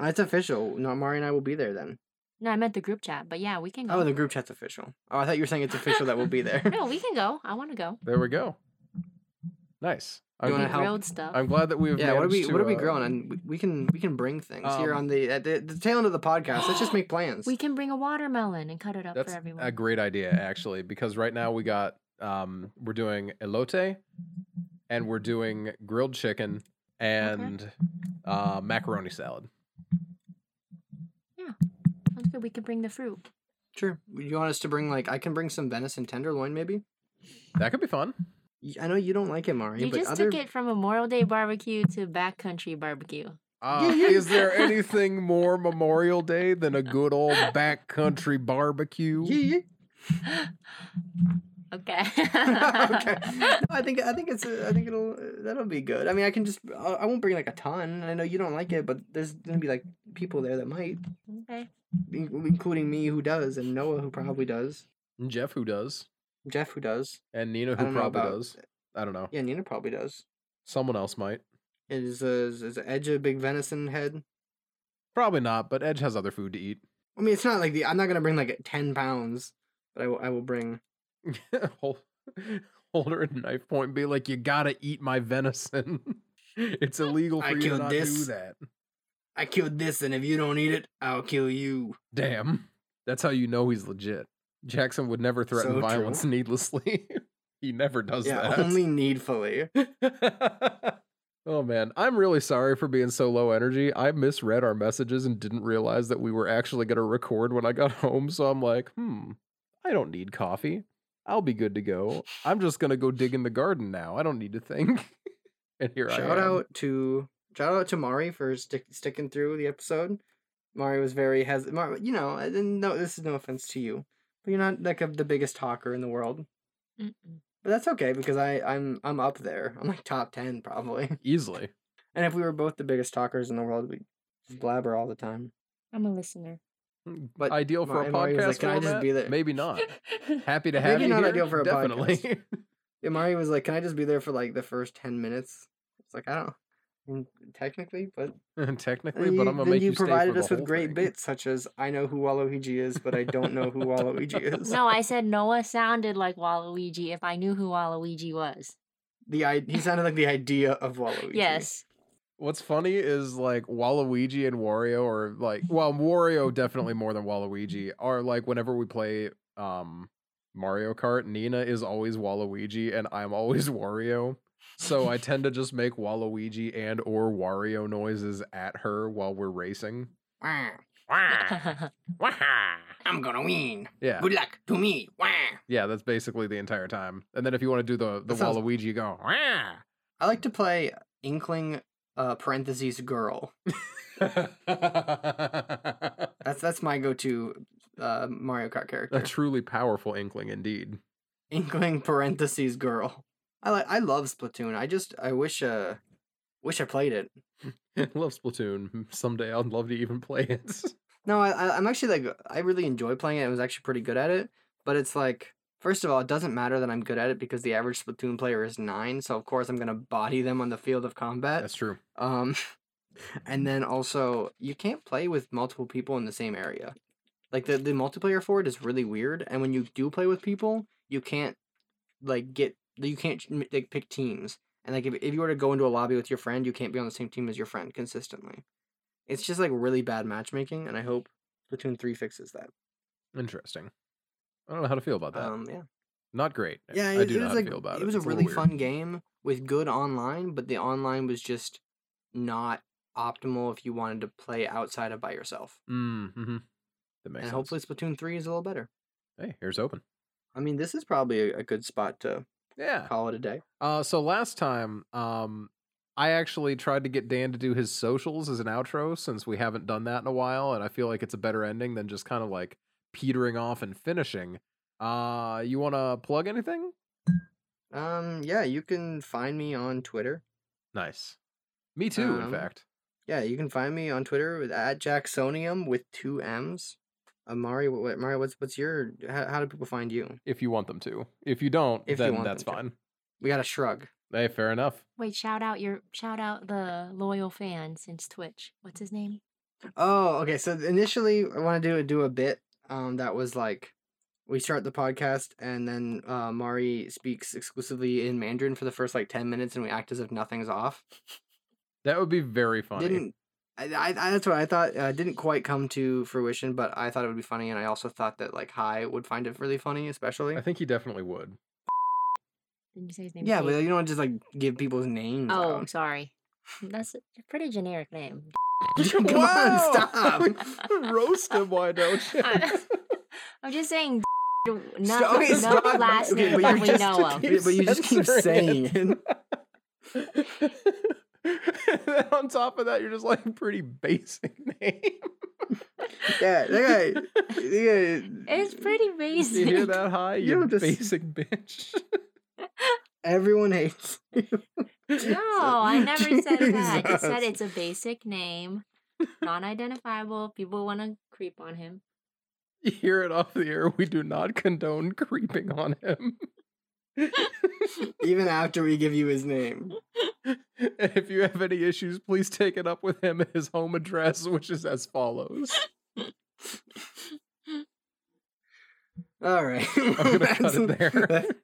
Speaker 1: Uh, It's official. No, Mari and I will be there then.
Speaker 3: No, I meant the group chat, but yeah, we can go.
Speaker 1: Oh, the group chat's official. Oh, I thought you were saying it's official that we'll be there.
Speaker 3: No, we can go. I want to go.
Speaker 2: there we go. Nice. I'm,
Speaker 1: You wanna
Speaker 3: We
Speaker 1: help?
Speaker 3: grilled stuff.
Speaker 2: I'm glad that we've
Speaker 1: yeah, what are
Speaker 2: managed
Speaker 1: we
Speaker 2: to,
Speaker 1: what are we
Speaker 2: uh,
Speaker 1: growing? And we, we can we can bring things here
Speaker 2: Um,
Speaker 1: on the at the, the tail end of the podcast. Let's just make plans.
Speaker 3: we can bring a watermelon and cut it up
Speaker 2: That's
Speaker 3: for everyone.
Speaker 2: a great idea actually because right now we got um we're doing elote and we're doing grilled chicken and uh macaroni salad.
Speaker 3: Sounds good. We can bring the fruit.
Speaker 1: sure. You want us to bring like I can bring some venison tenderloin maybe.
Speaker 2: That could be fun.
Speaker 1: Y- I know you don't like it, Mari,
Speaker 3: you
Speaker 1: but
Speaker 3: just
Speaker 1: other
Speaker 3: took it from Memorial Day barbecue to backcountry barbecue.
Speaker 2: Uh, is there anything more Memorial Day than a good old backcountry barbecue?
Speaker 1: Yeah, yeah.
Speaker 3: okay.
Speaker 1: okay. No, I think I think it's uh, I think it'll uh, that'll be good. I mean, I can just I I won't bring like a ton. I know you don't like it, but there's gonna be like people there that might,
Speaker 3: Okay.
Speaker 1: in- including me who does, and Noah who probably does,
Speaker 2: And Jeff who does,
Speaker 1: Jeff who does,
Speaker 2: and Nina
Speaker 1: I
Speaker 2: who
Speaker 1: don't know
Speaker 2: probably
Speaker 1: about-
Speaker 2: does. I don't know.
Speaker 1: yeah, Nina probably does.
Speaker 2: Someone else might.
Speaker 1: Is uh, is, is Edge a big venison head?
Speaker 2: Probably not, but Edge has other food to eat.
Speaker 1: I mean, it's not like the I'm not gonna bring like ten pounds, but I will I will bring.
Speaker 2: hold, hold her at knife point and be like, "You gotta eat my venison. it's illegal for
Speaker 1: I
Speaker 2: you to
Speaker 1: killed
Speaker 2: not do
Speaker 1: this.
Speaker 2: that."
Speaker 1: I killed this, and if you don't eat it, I'll kill you.
Speaker 2: Damn, that's how you know he's legit. Jackson would never threaten
Speaker 1: So
Speaker 2: violence
Speaker 1: true.
Speaker 2: needlessly. he never does
Speaker 1: yeah,
Speaker 2: that.
Speaker 1: only needfully.
Speaker 2: oh man, I'm really sorry for being so low energy. I misread our messages and didn't realize that we were actually going to record when I got home, so I'm like, "Hmm, I don't need coffee. I'll be good to go. I'm just going to go dig in the garden now. I don't need to think." and here I
Speaker 1: shout
Speaker 2: am.
Speaker 1: out to shout out to Mari for stick, sticking through the episode. Mari was very has Mari, you know, and no, this is no offense to you, but you're not like a, the biggest talker in the world.
Speaker 3: Mm-mm.
Speaker 1: But that's okay because I I'm I'm up there. I'm like top ten probably.
Speaker 2: easily.
Speaker 1: And if we were both the biggest talkers in the world, we would blabber all the time.
Speaker 3: I'm a listener.
Speaker 1: But
Speaker 2: ideal for
Speaker 1: Ma-
Speaker 2: a
Speaker 1: Mari
Speaker 2: podcast
Speaker 1: was like, "Can I just
Speaker 2: format?
Speaker 1: be there?"
Speaker 2: Maybe not. Happy to
Speaker 1: Maybe
Speaker 2: have you
Speaker 1: not
Speaker 2: here.
Speaker 1: ideal for a
Speaker 2: Definitely.
Speaker 1: And Mari was like, "Can I just be there for like the first ten minutes?" It's like I don't. I mean, technically, but
Speaker 2: Technically,
Speaker 1: And
Speaker 2: but
Speaker 1: you-
Speaker 2: I'm gonna
Speaker 1: then
Speaker 2: make
Speaker 1: you,
Speaker 2: stay for
Speaker 1: provided
Speaker 2: the
Speaker 1: us with
Speaker 2: whole
Speaker 1: great
Speaker 2: thing.
Speaker 1: bits such as I know who Waluigi is, but I don't know who Waluigi is.
Speaker 3: No, I said Noah sounded like Waluigi if I knew who Waluigi was.
Speaker 1: the i- he sounded like the idea of Waluigi.
Speaker 3: Yes.
Speaker 2: What's funny is like Waluigi and Wario are like well Wario definitely more than Waluigi are like whenever we play um Mario Kart, Nina is always Waluigi and I'm always Wario. So I tend to just make Waluigi and or Wario noises at her while we're racing.
Speaker 1: Wah, Ah.
Speaker 2: Yeah.
Speaker 1: I'm gonna win. Good luck to me. Wah.
Speaker 2: Yeah, that's basically the entire time. And then if you want to do the the
Speaker 1: That sounds-
Speaker 2: Waluigi you go
Speaker 1: I like to play Inkling uh, parentheses girl. That's that's my go-to uh, Mario Kart character.
Speaker 2: a truly powerful inkling indeed.
Speaker 1: Inkling parentheses girl. I like I love Splatoon. I just I wish uh wish I played it.
Speaker 2: love Splatoon. Someday I'd love to even play it.
Speaker 1: No, I, I I'm actually like I really enjoy playing it. I was actually pretty good at it, but it's like first of all, it doesn't matter that I'm good at it because the average Splatoon player is nine, so of course I'm gonna body them on the field of combat.
Speaker 2: That's true.
Speaker 1: Um, and then also you can't play with multiple people in the same area. Like the the multiplayer for it is really weird, and when you do play with people, you can't like get you can't ch- m- like pick teams. And like if if you were to go into a lobby with your friend, you can't be on the same team as your friend consistently. It's just like really bad matchmaking, and I hope Platoon Three fixes that.
Speaker 2: Interesting. I don't know how to feel about that.
Speaker 1: Um, yeah,
Speaker 2: not great.
Speaker 1: yeah.
Speaker 2: I
Speaker 1: it-
Speaker 2: do
Speaker 1: it
Speaker 2: not
Speaker 1: was
Speaker 2: how to
Speaker 1: like
Speaker 2: feel about it.
Speaker 1: it was a
Speaker 2: It's little
Speaker 1: really
Speaker 2: weird.
Speaker 1: fun game with good online, but the online was just not optimal if you wanted to play outside of by yourself.
Speaker 2: Mm, hmm That makes
Speaker 1: and
Speaker 2: sense.
Speaker 1: hopefully, Splatoon three is a little better.
Speaker 2: hey, here's open.
Speaker 1: I mean, this is probably a, a good spot to
Speaker 2: Yeah.
Speaker 1: call it a day.
Speaker 2: Uh, so last time, um, I actually tried to get Dan to do his socials as an outro since we haven't done that in a while, and I feel like it's a better ending than just kind of like petering off and finishing. Uh, you want to plug anything?
Speaker 1: Um, yeah, you can find me on Twitter.
Speaker 2: Nice. Me too, in
Speaker 1: Um,
Speaker 2: fact.
Speaker 1: Yeah, you can find me on Twitter with at Jacksonium with two M's. Amari, what, Mari, what's what's your? How, how do people find you?
Speaker 2: If you want them to. If you don't,
Speaker 1: If you
Speaker 2: then
Speaker 1: want
Speaker 2: that's
Speaker 1: them
Speaker 2: fine.
Speaker 1: We got a shrug.
Speaker 2: Hey, fair enough.
Speaker 3: Wait, shout out your shout out the loyal fan since Twitch. What's his name?
Speaker 1: Oh, okay. So initially, I want to do a do a bit. Um, that was like, we start the podcast, and then uh, Mari speaks exclusively in Mandarin for the first like ten minutes, and we act as if nothing's off.
Speaker 2: That would be very funny.
Speaker 1: Didn't. I, I, I- that's what I thought. Uh, didn't quite come to fruition, but I thought it would be funny, and I also thought that like Hi would find it really funny, especially.
Speaker 2: I think he definitely would.
Speaker 3: Didn't you say his name?
Speaker 1: Yeah,
Speaker 3: Dave?
Speaker 1: but you don't just like give people's names.
Speaker 3: oh,
Speaker 1: out.
Speaker 3: sorry. That's a pretty generic name.
Speaker 1: Come on, stop.
Speaker 2: Roast him, why don't you?
Speaker 3: I- I'm just saying, not
Speaker 1: Stop- okay,
Speaker 3: no
Speaker 1: stop.
Speaker 3: last
Speaker 1: Okay,
Speaker 3: name
Speaker 1: but
Speaker 3: that
Speaker 1: you're
Speaker 3: we
Speaker 1: just-
Speaker 3: know of.
Speaker 1: okay. Yeah, but you just keep
Speaker 2: censoring
Speaker 1: saying
Speaker 2: it. And then on top of that, you're just like pretty basic name.
Speaker 1: Yeah, that guy.
Speaker 3: It's pretty basic.
Speaker 2: You hear that high?
Speaker 1: You
Speaker 2: You,
Speaker 1: don't just-
Speaker 2: basic bitch.
Speaker 1: Everyone hates. you.
Speaker 3: No, I never said that. I just said
Speaker 1: Jesus.
Speaker 3: it's a basic name, non-identifiable. People want to creep on him.
Speaker 2: You hear it off the air. We do not condone creeping on him.
Speaker 1: Even after we give you his name,
Speaker 2: And if you have any issues, please take it up with him at his home address, which is as follows.
Speaker 1: all right.
Speaker 2: I'm gonna cut it there.
Speaker 1: That-